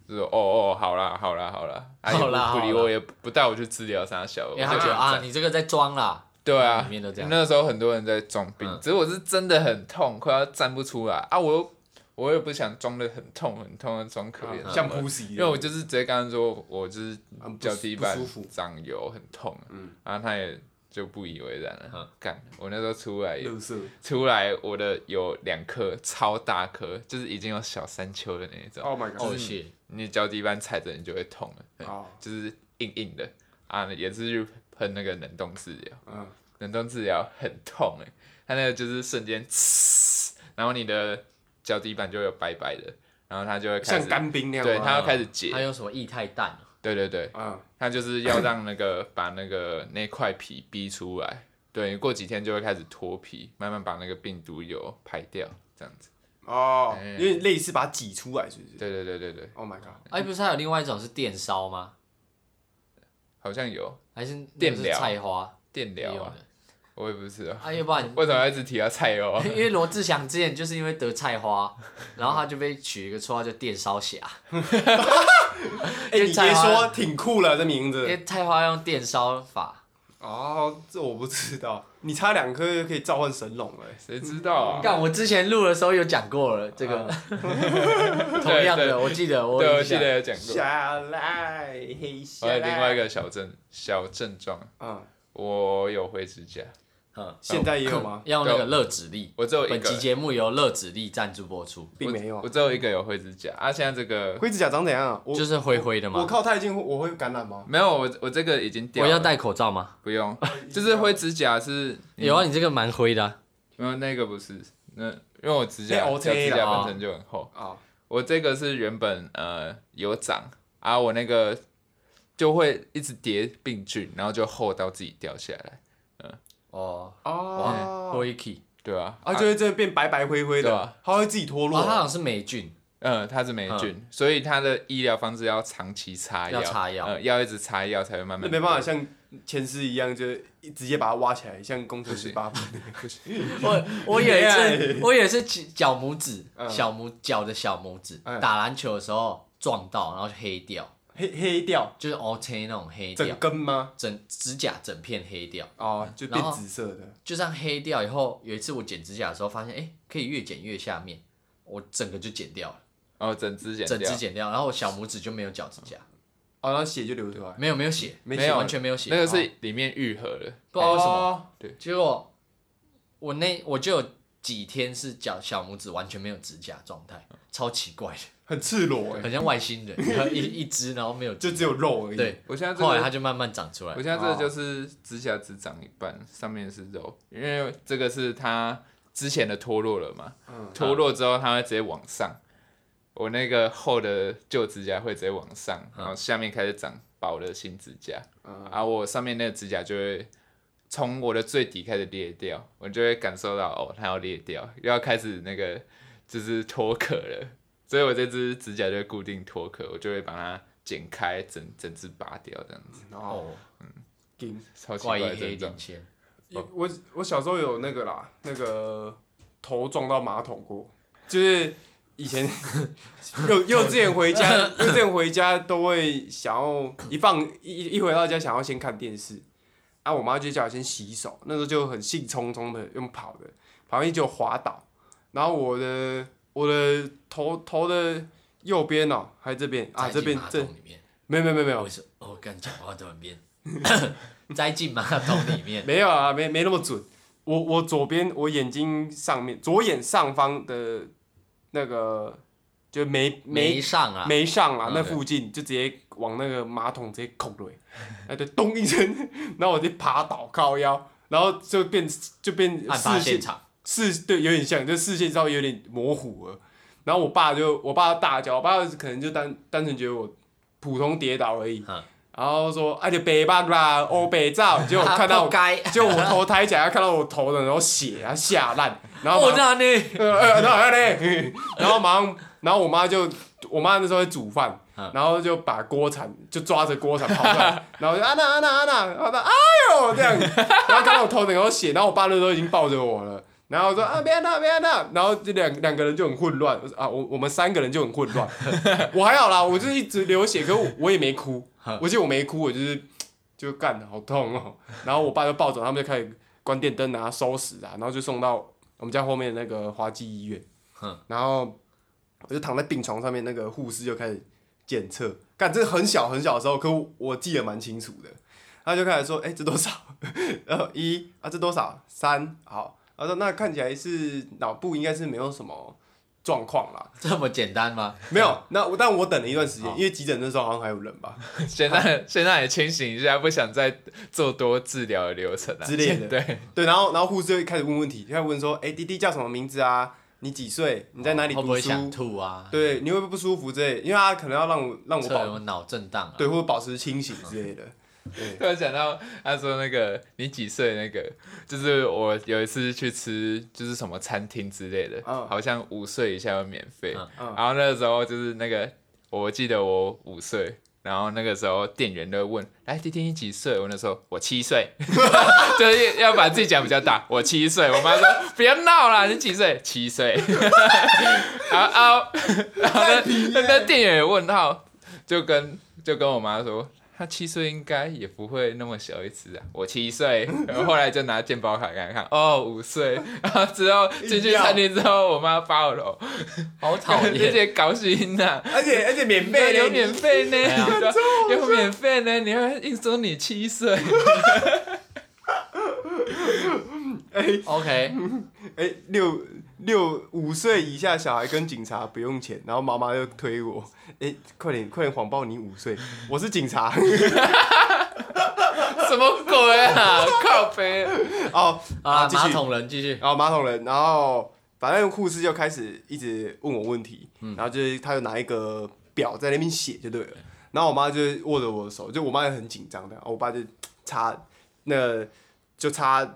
Speaker 1: 就说哦哦，好啦好啦好啦，啊他也
Speaker 2: 好啦
Speaker 1: 不不理
Speaker 2: 好啦
Speaker 1: 我，也不带我去治疗啥小，
Speaker 2: 因
Speaker 1: 我就
Speaker 2: 为他觉
Speaker 1: 这
Speaker 2: 得
Speaker 1: 样
Speaker 2: 啊，
Speaker 1: 站
Speaker 2: 你这个在装啦，
Speaker 1: 对啊
Speaker 2: 里，面都这样
Speaker 1: 那时候很多人在装病，
Speaker 2: 嗯
Speaker 1: 只是我是真的很痛，快要站不出来啊，我又我也不想装的很痛很痛的装可怜什么的，
Speaker 2: 啊
Speaker 3: 啊像扑死一
Speaker 1: 因为我
Speaker 3: 样。
Speaker 1: 就是直接跟他说，我就是
Speaker 3: 很不
Speaker 1: 脚
Speaker 3: 舒
Speaker 1: 底板
Speaker 3: 不舒服
Speaker 1: 长油，很痛。
Speaker 3: 嗯
Speaker 1: 然后他也就不以为然了
Speaker 2: 嗯。
Speaker 1: 干，我那时候出来也，
Speaker 3: 乐色，
Speaker 1: 出来我的有两颗超大颗，就是已经有小山丘的那一种。
Speaker 3: Oh my
Speaker 2: 哦
Speaker 3: god！
Speaker 2: 是
Speaker 1: 你脚底板踩着你就会痛了，嗯
Speaker 3: 哦
Speaker 1: 就是硬硬的啊，也是去喷那个冷冻治疗，
Speaker 3: 嗯，
Speaker 1: 冷冻治疗很痛哎、它那个就是瞬间呲，然后你的脚底板就有白白的，然后它就会开
Speaker 3: 像
Speaker 1: 始，
Speaker 3: 干冰那样吗。
Speaker 1: 对它要开始解
Speaker 2: 他用什么液态氮？
Speaker 1: 对对对，
Speaker 3: 嗯，
Speaker 1: 他就是要让那个把那个那块皮逼出来，对，过几天就会开始脱皮，慢慢把那个病毒有排掉，这样子。
Speaker 3: 哦，
Speaker 1: 哎
Speaker 3: 因为类似把它挤出来，是不是
Speaker 1: 对对对对对，
Speaker 3: ？Oh my god！
Speaker 2: 哎，不是还有另外一种是电烧吗？
Speaker 1: 好像有
Speaker 2: 还是那
Speaker 1: 电
Speaker 2: 个是
Speaker 1: 疗
Speaker 2: 菜花？
Speaker 1: 电
Speaker 2: 也
Speaker 1: 疗
Speaker 2: 有
Speaker 1: 啊
Speaker 2: 的，
Speaker 1: 我也不知道，
Speaker 2: 啊，要不然？
Speaker 1: 为什么要一直提到菜哦
Speaker 2: 因为罗志祥之前就是因为得菜花，然后他就被取一个绰号叫电 烧侠，
Speaker 3: 哎，你别说，挺酷了这名
Speaker 2: 因
Speaker 3: 字。
Speaker 2: 为菜花用电烧法。
Speaker 3: 哦，这我不知道。你差两颗就可以召唤神龙了。
Speaker 1: 谁知道
Speaker 3: 嗯
Speaker 1: 啊？
Speaker 2: 干，我之前录的时候有讲过了这个， 同
Speaker 1: 嗯对
Speaker 2: 样
Speaker 1: 对
Speaker 2: 的，我记得我
Speaker 1: 对，
Speaker 2: 有
Speaker 1: 我
Speaker 2: 印
Speaker 1: 记
Speaker 2: 象嗯
Speaker 1: 得有讲过。
Speaker 3: 下来，嘿，下
Speaker 1: 还有
Speaker 3: 来。
Speaker 1: 另外一，个小症小症状，
Speaker 3: 嗯，
Speaker 1: 我有灰指甲，
Speaker 2: 嗯，
Speaker 3: 现在也有吗？
Speaker 2: 要用那个乐子力。
Speaker 1: 我只有一
Speaker 2: 本
Speaker 1: 个
Speaker 2: 期，节目由乐子力赞助播出，
Speaker 3: 并没有
Speaker 1: 我。只有一个有灰指甲啊。现在这个
Speaker 3: 灰指甲长怎样啊？我
Speaker 2: 就是灰灰的
Speaker 3: 我
Speaker 2: 嘛。
Speaker 3: 靠太近，我会感染吗？
Speaker 1: 没有，我我这个已经掉
Speaker 2: 我
Speaker 1: 了。
Speaker 2: 要戴口罩吗？
Speaker 1: 不用，就是灰指甲是你
Speaker 2: 有啊，你这个蛮灰的啊。
Speaker 1: 没有那个不是，那因为我指甲
Speaker 3: 那
Speaker 1: 脚
Speaker 3: OK
Speaker 1: 指
Speaker 3: 了
Speaker 1: 甲
Speaker 2: 啊
Speaker 1: 本身就很厚，
Speaker 3: 啊，
Speaker 1: 我这个是原本呃有长啊，我那个就会一直叠病菌，然后就厚到自己掉下来，
Speaker 2: 哦，哇，
Speaker 3: 哦，
Speaker 2: 灰 key。
Speaker 1: 对啊，
Speaker 3: 啊，就会这边白白灰灰
Speaker 1: 对
Speaker 3: 的
Speaker 1: 啊，
Speaker 3: 它会自己脱
Speaker 2: 哦，它好
Speaker 3: 落。
Speaker 2: 像是霉菌。
Speaker 1: 嗯，它是霉菌，所以它的医疗方式要长期擦药，
Speaker 2: 要擦药
Speaker 1: 嗯，要一直擦药才会慢
Speaker 3: 那
Speaker 1: 慢。
Speaker 3: 没办法，，像前世一样，就是直接把它挖起来，像工程师把它
Speaker 2: 我我有一
Speaker 3: Yeah
Speaker 2: 次，我有一次脚拇指
Speaker 3: 嗯，
Speaker 2: 小拇脚的小拇指
Speaker 3: 嗯
Speaker 2: 打篮球的时候撞到，然后就黑掉，
Speaker 3: 黑黑掉。
Speaker 2: 就是 O K 那种黑掉
Speaker 3: 整，根吗？
Speaker 2: 整指甲整片黑掉，
Speaker 3: 哦，就
Speaker 2: 然
Speaker 3: 变
Speaker 2: 后
Speaker 3: 紫色的。
Speaker 2: 就这样黑掉以后，有一次我剪指甲的时候发现，哎、可以越剪越下面，我整个就剪掉了，
Speaker 1: 哦，整指剪
Speaker 2: 整
Speaker 1: 掉
Speaker 2: 只，剪掉，然后我小拇指就没有脚指甲，
Speaker 3: 哦，然后血就流出来。
Speaker 2: 没有没有血，
Speaker 1: 没有
Speaker 2: 完全没有血，
Speaker 1: 那个是里面愈合了，哎
Speaker 2: 不知道为什么，
Speaker 3: 哦
Speaker 1: 对，
Speaker 2: 结果我那我就有几天是脚小拇指完全没有指甲状态，超奇怪的，
Speaker 3: 很赤裸哎、
Speaker 2: 很像外星人，一一只然后 没有指
Speaker 3: 就只有肉而已。
Speaker 2: 对，
Speaker 1: 我现在这
Speaker 2: 后来它
Speaker 1: 个，
Speaker 2: 就慢慢长出来
Speaker 1: 我。现在这个就是指甲只长一半，上面是肉，因为这个是它之前的脱落了嘛，
Speaker 3: 嗯
Speaker 1: 脱落之后它会直接往上，我那个厚的旧指甲会直接往上，然后下面开始长薄的新指甲，
Speaker 3: 嗯
Speaker 1: 然后我上面那个指甲就会从我的最底开始裂掉，我就会感受到哦，它要裂掉，又要开始那个就是脱壳了，所以我这只指甲就会固定脱壳，我就会把它剪开，整整只拔掉这样子，
Speaker 3: 哦，
Speaker 2: 哦，
Speaker 3: 金
Speaker 1: 超奇
Speaker 2: 怪
Speaker 1: 怪
Speaker 2: 异
Speaker 1: 的
Speaker 2: 黑
Speaker 1: 症状
Speaker 2: 领。先，
Speaker 3: 我我小时候有那个啦，那个头撞到马桶过，就是以前 幼幼稚园回家，幼稚园回家都会想要一放一一回到家想要先看电视，啊，我妈就叫我先洗手，那时候就很兴冲冲的用跑的，跑进去就滑倒，然后我的我的头头的右边哦、还有这边啊
Speaker 2: 栽
Speaker 3: 这
Speaker 2: 进
Speaker 3: 边
Speaker 2: 马
Speaker 3: 这啊
Speaker 2: 桶里 面，
Speaker 3: 没有没有没有没有
Speaker 2: 我是哦，干讲话突然变 栽进马桶里面，
Speaker 3: 没有啊，没没那么准。我我左边我眼睛上面左眼上方的那个就没
Speaker 2: 没
Speaker 3: 没
Speaker 2: 上啊，
Speaker 3: 没上啊，
Speaker 2: 嗯
Speaker 3: 那附近就直接往那个马桶直接孔 了，哎对，咚一声， 然后我就爬倒靠腰，然后就变就变
Speaker 2: 案发
Speaker 3: 视线
Speaker 2: 现场，
Speaker 3: 视对有点像，就视线稍微有点模糊了。然后我爸就我爸大叫，我爸可能就单单纯觉得我普通跌倒而已，
Speaker 2: 嗯
Speaker 3: 然后说哎就北棒啦，欧北照，结果看到我
Speaker 2: 该，
Speaker 3: 就我头抬起来，看到我头的，然后血啊吓烂，然后
Speaker 2: 我
Speaker 3: 马上
Speaker 2: 哦那你
Speaker 3: 呃呃，然后嘞，然后马上，然后我妈就，我妈那时候在煮饭
Speaker 2: 嗯，
Speaker 3: 然后就把锅铲就抓着锅铲跑出来，然后就啊那啊那啊那，然后她哎呦这样， 然后看到我头顶有血，然后我爸那时候已经抱着我了。然后我说啊，别闹，别闹，然后这两两个人就很混乱，我说啊，我我们三个人就很混乱。 我还好啦，我就是一直流血，可是我我也没哭，我记得我没哭，我就是就干好痛哦。然后我爸就抱着他们就开始关电灯啊、收拾啊，然后就送到我们家后面那个华基医院
Speaker 2: 哼。
Speaker 3: 然后我就躺在病床上面，那个护士就开始检测。干，这很小很小的时候，可我我记得蛮清楚的。他就开始说：“哎、这多少？ 然后一啊，这多少？三好。”他说：“那看起来是脑部应该是没有什么状 况啦，
Speaker 2: 这么简单吗？
Speaker 3: 没有。那我但我等了一段时间
Speaker 2: 好，
Speaker 3: 因为急诊那时候好像还有人吧
Speaker 1: 现在现在也清醒一下，不想再做多治疗的流程啊
Speaker 3: 之类 的。
Speaker 1: 对，
Speaker 3: 对，然后然后护士就开始问问题，就开始问说：“哎、弟弟叫什么名字啊？你几岁？你在哪里
Speaker 2: 会
Speaker 3: 读
Speaker 2: 不会
Speaker 3: 书？
Speaker 2: 想吐啊？
Speaker 3: 对，你会不会不舒服之类的？因为他可能要让我让我
Speaker 2: 这
Speaker 3: 保
Speaker 2: 有脑震荡啊？
Speaker 3: 对，或者保持清醒之类的。对，
Speaker 1: 突然想到他说那个你几岁那个，就是我有一次去吃就是什么餐厅之类的，
Speaker 3: 嗯
Speaker 1: 好像五岁以下要免费，
Speaker 2: 嗯
Speaker 3: 嗯
Speaker 1: 然后那个时候就是那个我记得我五岁。然后那个时候店员都问：“来，弟弟你几岁？”我那时候我七岁， 就是要把自己讲比较大。我七岁，我妈说：“不要闹啦，你几岁？七岁。然后”啊啊！然后那那那店员也问号，就跟就跟我妈说，他七岁应该也不会那么小一只啊，我七岁，然后后来就拿健保卡给他看，哦，五岁，然后之后进去餐厅之后，我妈发我楼，
Speaker 2: 好 讨
Speaker 1: 这
Speaker 2: 厌。
Speaker 1: 些搞心呐、啊。
Speaker 3: 而且而且免费
Speaker 1: 有
Speaker 3: 的，
Speaker 1: 免费呢，哎
Speaker 2: 啊
Speaker 1: 有免费呢，你还硬说你七 岁，
Speaker 2: OK，
Speaker 3: 哎、六六五岁以下小孩跟警察不用钱，然后妈妈就推我，哎、快点快点谎报你五岁，我是警察
Speaker 1: 什么鬼 啊？靠背，
Speaker 3: 哦
Speaker 2: 啊，
Speaker 3: 继
Speaker 2: 马
Speaker 3: 续，
Speaker 2: 桶人继续。
Speaker 3: 然后马桶人，然后反正护士就开始一直问我问题，然后就是他就拿一个表在那边写就对了，然后我妈就握着我的手，就我妈也很紧张的，然后我爸就擦那个就擦。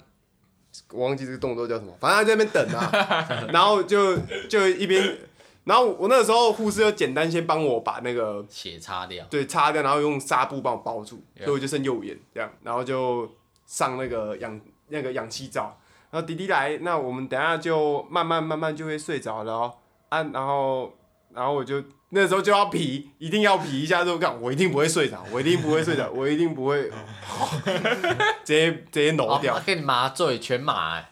Speaker 3: 我忘记这个动作叫什么，反正他在那边等啊，然后就就一边，然后我那个时候护士就简单先帮我把那个
Speaker 2: 血擦掉，
Speaker 3: 对擦掉，然后用纱布帮我包住，
Speaker 1: Yeah
Speaker 3: 所以我就剩右眼这样，然后就上那个氧那个氧气罩，然后迪迪来，那我们等下就慢慢慢慢就会睡着了哦，啊，然后然后我就那时候就要皮，一定要皮一下，就干，我一定不会睡着，我一定不会睡着，我一定不会， 直接直接
Speaker 2: 哦
Speaker 3: 挠，掉，
Speaker 2: 给你麻醉全麻哎。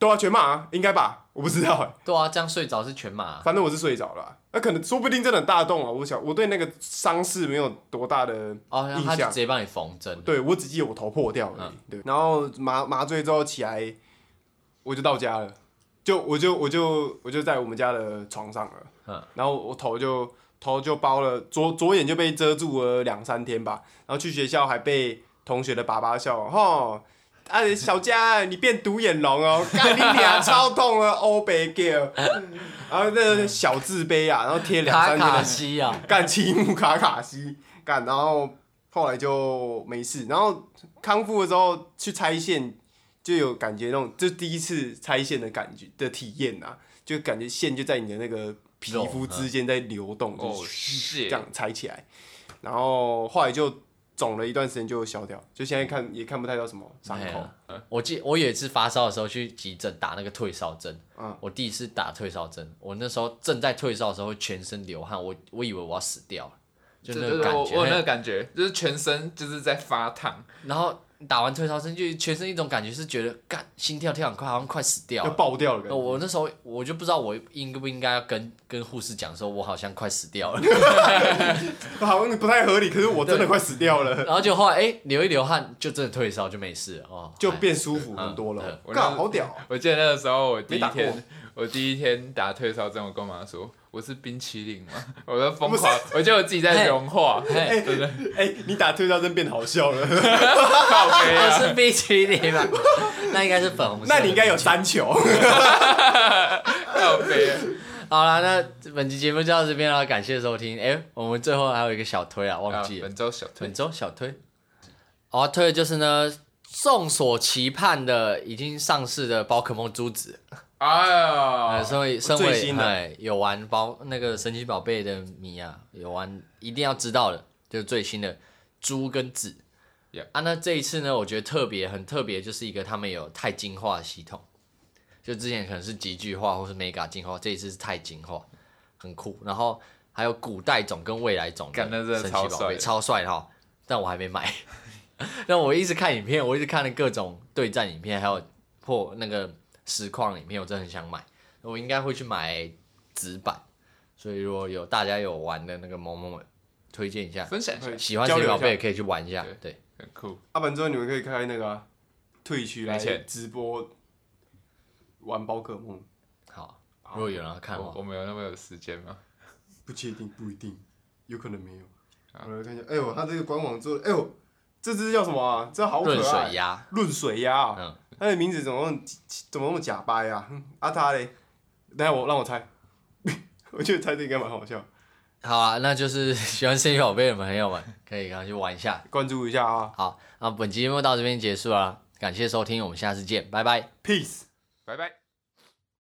Speaker 3: 对啊，全骂啊，应该吧，我不知道哎、
Speaker 2: 对啊，这样睡着是全麻。
Speaker 3: 反正我是睡着了啊、那、可能说不定真的很大洞啊，我想我对那个伤势没有多大的。
Speaker 2: 哦，然后他就
Speaker 3: 印象
Speaker 2: 直接帮你缝针。嗯
Speaker 3: 对我只记得我头破掉了，对。然后麻麻醉之后起来，我就到家了，就我就我就我就在我们家的床上了，
Speaker 2: 嗯
Speaker 3: 然后我头就头就包了，左左眼就被遮住了两三天吧，然后去学校还被同学的爸爸笑，吼。啊，小佳，你变独眼 龙哦！干你俩超痛了，欧北 girl。然后那个小自卑啊，然后贴两
Speaker 2: 卡
Speaker 3: 三天
Speaker 2: 卡
Speaker 3: 的哎
Speaker 2: 西啊，
Speaker 3: 干欺木卡卡西干，然后后来就没事，然后康复的时候去拆线，就有感觉那种，就第一次拆线的感觉的体验啊，就感觉线就在你的那个皮肤之间在流动，
Speaker 1: 哦
Speaker 3: 就是
Speaker 1: 是
Speaker 3: 这样拆起来，然后后来就肿了一段时间就消掉，就现在看也看不太到什么伤
Speaker 2: 哎
Speaker 3: 口
Speaker 2: 呀，我记我有一次发烧的时候去急诊打那个退烧针，
Speaker 3: 嗯
Speaker 2: 我第一次打退烧针，我那时候正在退烧的时候全身流汗，我我以为我要死掉了，就
Speaker 1: 对
Speaker 2: 那
Speaker 1: 对对，
Speaker 2: 个感
Speaker 1: 我
Speaker 2: 觉。
Speaker 1: 我有那个
Speaker 2: 嘿
Speaker 1: 感觉就是全身就是在发烫，
Speaker 2: 然后打完退烧针就全身一种感觉是觉得干心跳跳很快，好像快死掉
Speaker 3: 要
Speaker 2: 了。
Speaker 3: 爆掉了感
Speaker 2: 呃
Speaker 3: 觉。
Speaker 2: 我那时候我就不知道我应不应该要跟跟护士讲说，我好像快死掉了。
Speaker 3: 好像不太合理，可是我真的快死 掉了，
Speaker 2: 然后就后来哎、流一流汗就真的退烧就没事了哦，
Speaker 3: 就
Speaker 2: 哎
Speaker 3: 变舒服很多
Speaker 2: 嗯嗯
Speaker 3: 了。
Speaker 1: 我那
Speaker 3: 干，好屌！
Speaker 1: 我记得那个时候，我第一
Speaker 3: 没打
Speaker 1: 天
Speaker 3: 过，
Speaker 1: 我第一天打退烧针，我跟我妈说我是冰淇淋嘛， 我在疯狂，我觉得我自己在融化，
Speaker 2: 嘿
Speaker 1: 对不对？
Speaker 3: 哎、你打退烧针变好笑了。
Speaker 1: 靠背
Speaker 2: 那
Speaker 1: 啊，
Speaker 2: 哦是冰淇淋吧？ 那应该是粉红色。
Speaker 3: 那你应该有三球。
Speaker 1: 靠背啊，
Speaker 2: 好了，那本期节目就到这边了，感谢收听。哎、我们最后还有一个小推啊，忘
Speaker 1: 啊
Speaker 2: 记了，
Speaker 1: 本周小推
Speaker 2: 本周小推。哦，推的就是呢，众所期盼的已经上市的宝可梦珠子，
Speaker 1: 哎
Speaker 2: 呃，
Speaker 1: 呦，
Speaker 2: 身为身
Speaker 3: 最
Speaker 2: 为
Speaker 3: 新的
Speaker 2: 哎有玩宝那个神奇宝贝的迷啊，有玩一定要知道的，就是最新的猪跟子。
Speaker 1: Yep
Speaker 2: 啊，那这一次呢，我觉得特别很特别，就是一个他们有钛金化的系统，就之前可能是极巨化或是 mega 进化，这一次是钛金化，很酷。然后还有古代种跟未来种
Speaker 1: 干那真
Speaker 2: 神
Speaker 1: 的
Speaker 2: 奇
Speaker 1: 超
Speaker 2: 宝
Speaker 1: 帅
Speaker 2: 贝，
Speaker 1: 的
Speaker 2: 超帅的哈！但我还没买。 那我一直看影片，我一直看了各种对战影片，还有破那个实况影片，我真的很想买。我应该会去买纸版，所以如果有大家有玩的那个某某某，推荐一下，
Speaker 1: 分享一下，
Speaker 2: 喜欢
Speaker 3: 交
Speaker 2: 神奇
Speaker 3: 流
Speaker 2: 宝
Speaker 3: 一
Speaker 2: 贝
Speaker 3: 下
Speaker 2: 也可以去玩一下。对，
Speaker 1: 很酷，
Speaker 3: 阿本之后你们可以开那个啊退区来
Speaker 1: 没钱
Speaker 3: 直播玩宝可梦，
Speaker 2: 好，如果有人要看哦的
Speaker 1: 我
Speaker 2: 话，
Speaker 1: 我们有那么有时间吗？
Speaker 3: 不确定，不一定，有可能没有。
Speaker 1: 啊
Speaker 3: 我来看一下，哎呦，它这个官网做的，哎呦，这只叫什么啊？这好可爱。
Speaker 2: 润水鸭，
Speaker 3: 润水鸭啊、
Speaker 2: 嗯
Speaker 3: 它的名字怎么那么怎么那么假掰啊？哼啊它嘞？等一下我让我猜， 我觉得猜这应该蛮好笑，
Speaker 2: 好啊，那就是 喜欢神奇宝贝的朋友们可以赶快去玩一下。
Speaker 3: 关注一下啊
Speaker 2: 好，那本期节目到这边结束了，感谢收听，我们下次见，拜拜。
Speaker 3: ，peace。
Speaker 1: 拜拜。